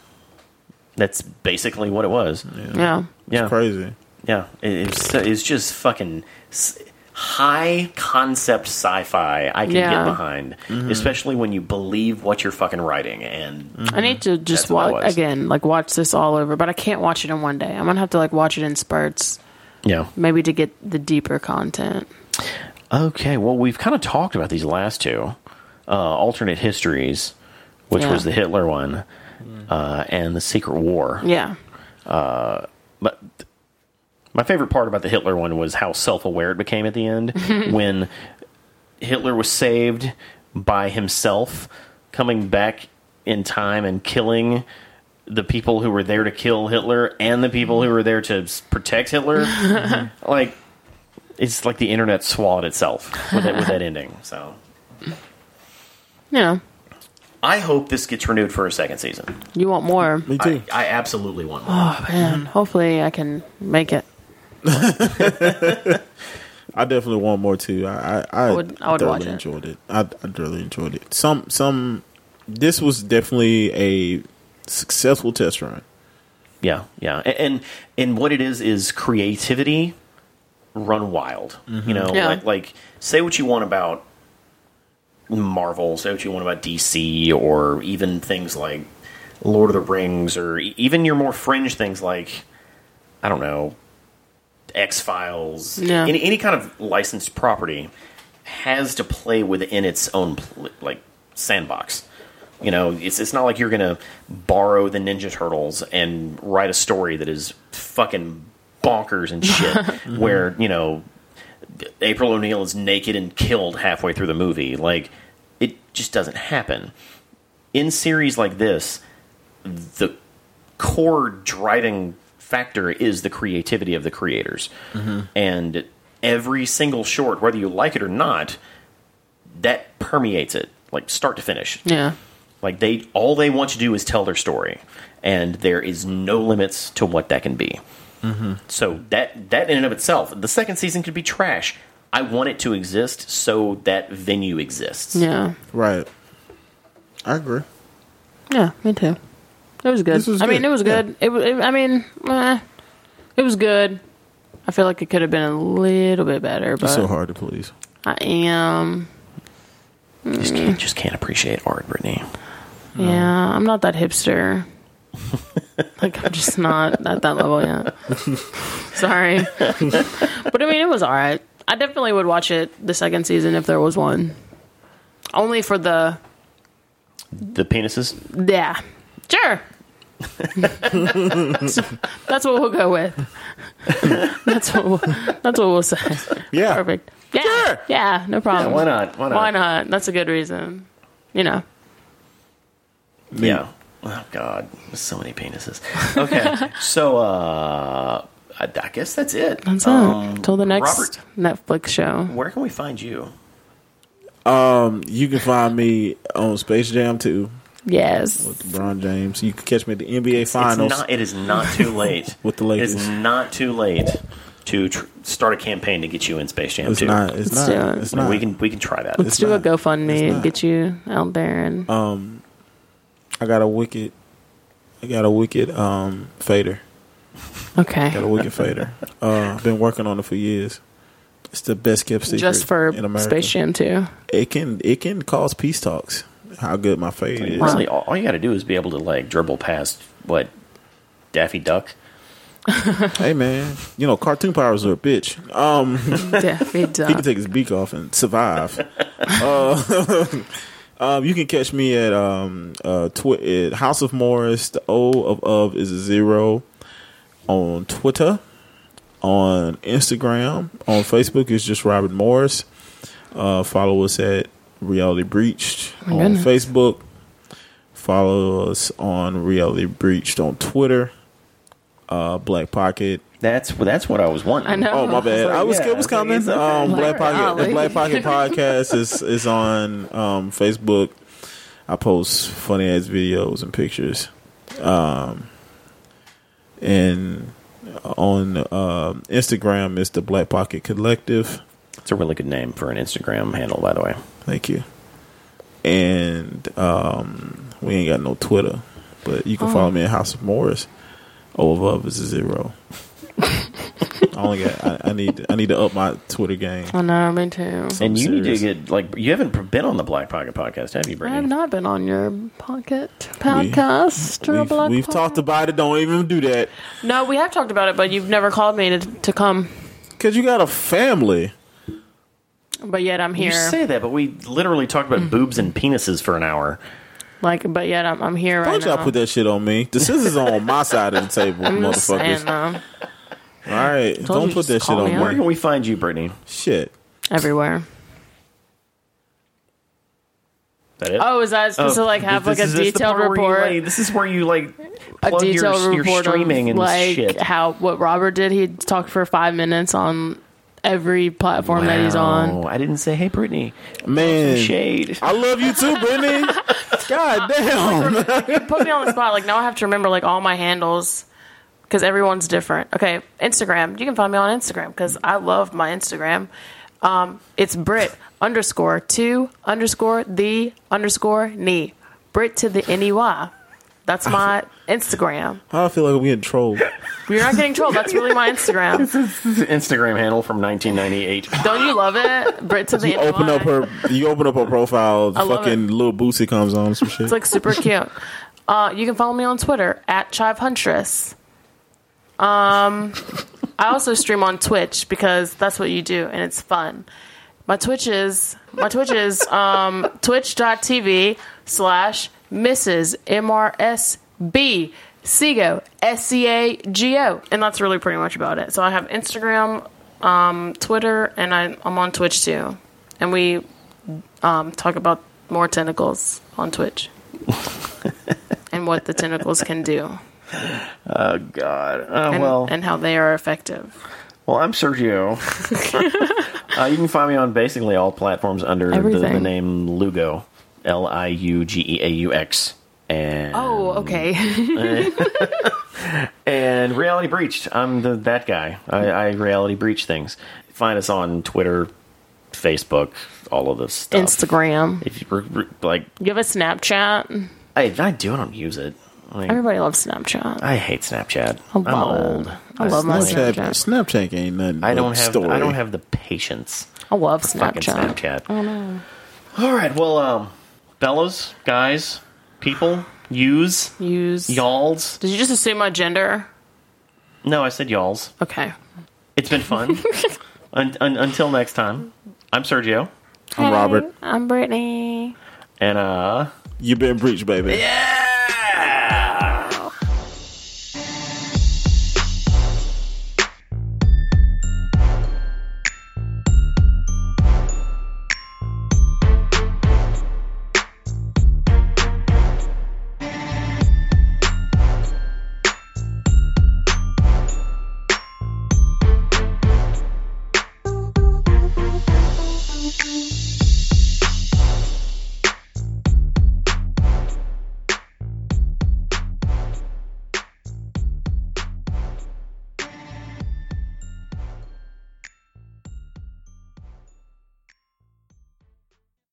[SPEAKER 1] that's basically what it was.
[SPEAKER 2] yeah.
[SPEAKER 1] Yeah,
[SPEAKER 3] Crazy.
[SPEAKER 1] yeah. It, it's it's just fucking s- high concept sci-fi. I can
[SPEAKER 2] Yeah.
[SPEAKER 1] get behind, especially when you believe what you're fucking writing. And
[SPEAKER 2] I need to
[SPEAKER 1] That's
[SPEAKER 2] just
[SPEAKER 1] what it
[SPEAKER 2] watch
[SPEAKER 1] was.
[SPEAKER 2] again, like watch this all over, but I can't watch it in one day. I'm gonna have to like watch it in spurts,
[SPEAKER 1] yeah,
[SPEAKER 2] maybe to get the deeper content.
[SPEAKER 1] okay. Well, we've kind of talked about these last two uh, alternate histories, which
[SPEAKER 2] Yeah. Mm.
[SPEAKER 1] was the Hitler one uh, and the Secret War.
[SPEAKER 2] Yeah,
[SPEAKER 1] but my favorite part about the Hitler one was how self-aware it became at the end when Hitler was saved by himself coming back in time and killing the people who were there to kill Hitler and the people who were there to s- protect Hitler. like it's like the internet swallowed itself with that, with that ending. So
[SPEAKER 2] yeah.
[SPEAKER 1] I hope this gets renewed for a second season.
[SPEAKER 2] You want more?
[SPEAKER 3] Me
[SPEAKER 1] I,
[SPEAKER 3] too.
[SPEAKER 1] I absolutely want one.
[SPEAKER 2] Oh man, hopefully I can make it.
[SPEAKER 3] I definitely want more too. I I, I,
[SPEAKER 2] would- I would
[SPEAKER 3] thoroughly
[SPEAKER 2] watch it.
[SPEAKER 3] enjoyed it. I, I thoroughly enjoyed it. Some some this was definitely a successful test run.
[SPEAKER 1] Yeah, yeah, A- and and what it is is creativity run wild. You know,
[SPEAKER 2] Yeah.
[SPEAKER 1] like, like say what you want about Marvel, say what you want about DC, or even things like Lord of the Rings, or e- even your more fringe things like I don't know X Files.
[SPEAKER 2] Yeah.
[SPEAKER 1] Any any kind of licensed property has to play within its own pl- like sandbox. You know, it's it's not like you're gonna borrow the Ninja Turtles and write a story that is fucking bonkers and shit, where you know April O'Neil is naked and killed halfway through the movie. Like it just doesn't happen in series like this. The core driving factor is the creativity of the creators, and every single short, whether you like it or not, that permeates it, like start to finish.
[SPEAKER 2] Yeah,
[SPEAKER 1] Like they all they want to do is tell their story, and there is no limits to what that can be. Mm-hmm. So that that in and of itself, the second season could be trash. I want it to exist so that venue exists.
[SPEAKER 2] yeah,
[SPEAKER 3] Right. I agree.
[SPEAKER 2] yeah. Me too. It was good.
[SPEAKER 3] This was
[SPEAKER 2] I mean,
[SPEAKER 3] good,
[SPEAKER 2] it was
[SPEAKER 3] yeah.
[SPEAKER 2] good. It was. It, I mean, eh, it was good. I feel like it could have been a little bit better, but
[SPEAKER 3] It's so hard to please.
[SPEAKER 2] I am.
[SPEAKER 1] Just can't just can't appreciate art, Brittany.
[SPEAKER 2] Yeah, Uh, I'm not that hipster. like I'm just not at that level yet. Sorry. but I mean it was alright. I definitely would watch it the second season if there was one. Only for the
[SPEAKER 1] The penises.
[SPEAKER 2] yeah. Sure. that's what we'll go with. that's what we'll, that's what we'll say.
[SPEAKER 3] Yeah.
[SPEAKER 2] Perfect. Yeah. Yeah, no problem.
[SPEAKER 1] why not? Why not?
[SPEAKER 2] Why not? That's a good reason. You know.
[SPEAKER 1] Yeah. Oh God, so many penises. Okay, so uh, I, I guess that's it.
[SPEAKER 2] That's it. Until the next
[SPEAKER 1] Um, Robert,
[SPEAKER 2] Netflix show.
[SPEAKER 1] where can we find you?
[SPEAKER 3] You can find me on Space Jam 2
[SPEAKER 2] Yes.
[SPEAKER 3] with LeBron James. You can catch me at the NBA Finals.
[SPEAKER 1] It's not, it is not too late.
[SPEAKER 3] With the
[SPEAKER 1] It is
[SPEAKER 3] Lakers.
[SPEAKER 1] not too late to tr- start a campaign to get you in Space Jam
[SPEAKER 3] It's
[SPEAKER 1] 2.
[SPEAKER 3] not. It's
[SPEAKER 2] Let's
[SPEAKER 3] not.
[SPEAKER 2] do it.
[SPEAKER 3] It's
[SPEAKER 1] I mean,
[SPEAKER 3] not.
[SPEAKER 1] we can we can try that.
[SPEAKER 2] Let's do
[SPEAKER 3] not.
[SPEAKER 2] a GoFundMe
[SPEAKER 3] It's
[SPEAKER 2] and
[SPEAKER 3] not. Oh,
[SPEAKER 2] get you out there and
[SPEAKER 3] I got a wicked. I got a wicked um, fader. Got a
[SPEAKER 2] okay.
[SPEAKER 3] wicked fader. Uh, I've been working on it for years. It's the best kept secret
[SPEAKER 2] Just for
[SPEAKER 3] in America.
[SPEAKER 2] Space Jam too.
[SPEAKER 3] It can it can cause peace talks. How good my fade is.
[SPEAKER 1] Really, all, all you got to do is be able to like dribble past what Daffy Duck.
[SPEAKER 3] Hey man, you know cartoon powers are a bitch. Um,
[SPEAKER 2] Daffy
[SPEAKER 3] he can
[SPEAKER 2] Duck.
[SPEAKER 3] take his beak off and survive. Uh, Um, you can catch me at um, uh, twi- at House of Morris. The O of of is a zero on Twitter, on Instagram, on Facebook. It's just Robert Morris. Uh, follow us at Reality Breached
[SPEAKER 2] my
[SPEAKER 3] on
[SPEAKER 2] goodness.
[SPEAKER 3] Facebook. Follow us on Reality Breached on Twitter. Uh, Black Pocket.
[SPEAKER 1] That's that's what I was wanting.
[SPEAKER 2] I know.
[SPEAKER 3] Oh my bad. I was
[SPEAKER 1] yeah,
[SPEAKER 3] it was
[SPEAKER 1] it's like,
[SPEAKER 3] coming.
[SPEAKER 1] it's okay.
[SPEAKER 3] Um, Black
[SPEAKER 2] Like,
[SPEAKER 3] Pocket. The
[SPEAKER 2] golly.
[SPEAKER 3] Black Pocket podcast is is on um, Facebook. I post funny ass videos and pictures. Um, and on um Instagram is the Black Pocket Collective.
[SPEAKER 1] It's a really good name for an Instagram handle, by the way.
[SPEAKER 3] Thank you. And um, we ain't got no Twitter, but you can follow me at House of Morris. O of Up is a zero. I only got. I, I need. I need to up my Twitter game.
[SPEAKER 2] I know, me too.
[SPEAKER 1] and you
[SPEAKER 3] serious.
[SPEAKER 1] need to get like you haven't been on the Black Pocket podcast, have you,
[SPEAKER 2] I
[SPEAKER 1] Brittany?
[SPEAKER 2] have not been on your pocket podcast. or
[SPEAKER 3] We've,
[SPEAKER 2] blog
[SPEAKER 3] we've
[SPEAKER 2] pocket.
[SPEAKER 3] talked about it. Don't even do that.
[SPEAKER 2] No, we have talked about it, but you've never called me to, to come.
[SPEAKER 3] Because you got a family.
[SPEAKER 2] But yet I'm
[SPEAKER 1] You
[SPEAKER 2] here. Mm-hmm.
[SPEAKER 1] say that, but we literally talked about boobs and penises for an hour.
[SPEAKER 2] Like, but yet I'm, I'm here
[SPEAKER 3] Why
[SPEAKER 2] right
[SPEAKER 3] don't y'all
[SPEAKER 2] now.
[SPEAKER 3] put that shit on me? The scissors are on my side of the table,
[SPEAKER 2] I'm just saying,
[SPEAKER 3] motherfuckers.
[SPEAKER 2] though,
[SPEAKER 3] All right.
[SPEAKER 2] Told
[SPEAKER 3] Don't
[SPEAKER 2] you,
[SPEAKER 3] put
[SPEAKER 2] just
[SPEAKER 3] that shit
[SPEAKER 2] call me
[SPEAKER 3] on
[SPEAKER 2] out.
[SPEAKER 1] Where
[SPEAKER 3] me.
[SPEAKER 1] can we find you, Brittany? Is
[SPEAKER 3] Shit.
[SPEAKER 2] everywhere.
[SPEAKER 1] that it?
[SPEAKER 2] Oh, is that supposed to like
[SPEAKER 1] Oh,
[SPEAKER 2] have
[SPEAKER 1] this
[SPEAKER 2] like a
[SPEAKER 1] is- this is the
[SPEAKER 2] detailed
[SPEAKER 1] part where you,
[SPEAKER 2] report?
[SPEAKER 1] like- this is where you like
[SPEAKER 2] a
[SPEAKER 1] plug your-
[SPEAKER 2] detailed
[SPEAKER 1] your,
[SPEAKER 2] report
[SPEAKER 1] streaming
[SPEAKER 2] of
[SPEAKER 1] and
[SPEAKER 2] like
[SPEAKER 1] shit.
[SPEAKER 2] how what Robert did. He talked for five minutes on every platform that he's on.
[SPEAKER 1] Wow. I didn't say, hey, Brittany,
[SPEAKER 3] Man.
[SPEAKER 1] shade.
[SPEAKER 3] I love you too, Brittany. God damn.
[SPEAKER 2] Put me on the spot. Like now, I have to remember like all my handles because everyone's different. Okay, Instagram. You can find me on Instagram because I love my Instagram. Um, it's Brit underscore two underscore the underscore knee. Brit to the N E Y. That's my Instagram.
[SPEAKER 3] I feel like we getting trolled.
[SPEAKER 2] You're not getting trolled. That's really my Instagram.
[SPEAKER 1] Instagram handle from Uh, 1998.
[SPEAKER 2] Don't you love it? Brit to the E
[SPEAKER 3] You open
[SPEAKER 2] NY.
[SPEAKER 3] up her you open up her profile,
[SPEAKER 2] love
[SPEAKER 3] fucking little Boosie comes on some shit.
[SPEAKER 2] It's like super cute. Uh, you can follow me on Twitter at Chive Huntress. Um, I also stream on Twitch because that's what you do and it's fun. My Twitch is my Twitch is um, twitch.tv slash Mrs. MRSB Sego S C A G O. And that's really pretty much about it. So I have Instagram, um, Twitter, and I, I'm on Twitch too. And we um, talk about more tentacles on Twitch and what the tentacles can do
[SPEAKER 1] Oh, God. Oh,
[SPEAKER 2] and,
[SPEAKER 1] well.
[SPEAKER 2] and how they are effective.
[SPEAKER 1] Well, I'm Sergio. uh, you can find me on basically all platforms under the, the
[SPEAKER 2] Everything.
[SPEAKER 1] name Lugo, L I U G E A U X. And
[SPEAKER 2] Oh, okay.
[SPEAKER 1] and reality breached. I'm the that guy. I, I reality breach things. Find us on Twitter, Facebook, all of this stuff.
[SPEAKER 2] Instagram.
[SPEAKER 1] If you were- were- like,
[SPEAKER 2] You have a Snapchat.
[SPEAKER 1] I, I do. I don't use it. Like,
[SPEAKER 2] Everybody loves Snapchat.
[SPEAKER 1] I hate Snapchat.
[SPEAKER 2] I
[SPEAKER 1] I'm
[SPEAKER 2] love it.
[SPEAKER 1] old.
[SPEAKER 2] I love my
[SPEAKER 3] Snapchat,
[SPEAKER 2] Snapchat.
[SPEAKER 3] Snapchat ain't nothing.
[SPEAKER 1] I
[SPEAKER 3] but
[SPEAKER 1] don't have.
[SPEAKER 3] story.
[SPEAKER 1] I don't have the patience.
[SPEAKER 2] I love
[SPEAKER 1] Fucking
[SPEAKER 2] Snapchat.
[SPEAKER 1] Snapchat. All right. Well, um, fellas, guys, people, yous,
[SPEAKER 2] Use.
[SPEAKER 1] y'alls.
[SPEAKER 2] Did you just assume my gender?
[SPEAKER 1] No, I said y'alls.
[SPEAKER 2] Okay.
[SPEAKER 1] It's been fun. un- un- until next time, I'm Sergio,
[SPEAKER 3] I'm Robert.
[SPEAKER 2] I'm Brittany.
[SPEAKER 1] and uh.
[SPEAKER 3] You've been breached, baby.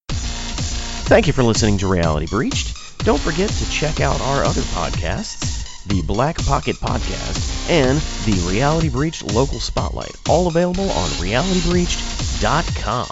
[SPEAKER 4] Thank you for listening to Reality Breached. Don't forget to check out our other podcasts, the Black Pocket Podcast and the Reality Breached Local Spotlight, all available on realitybreached.com.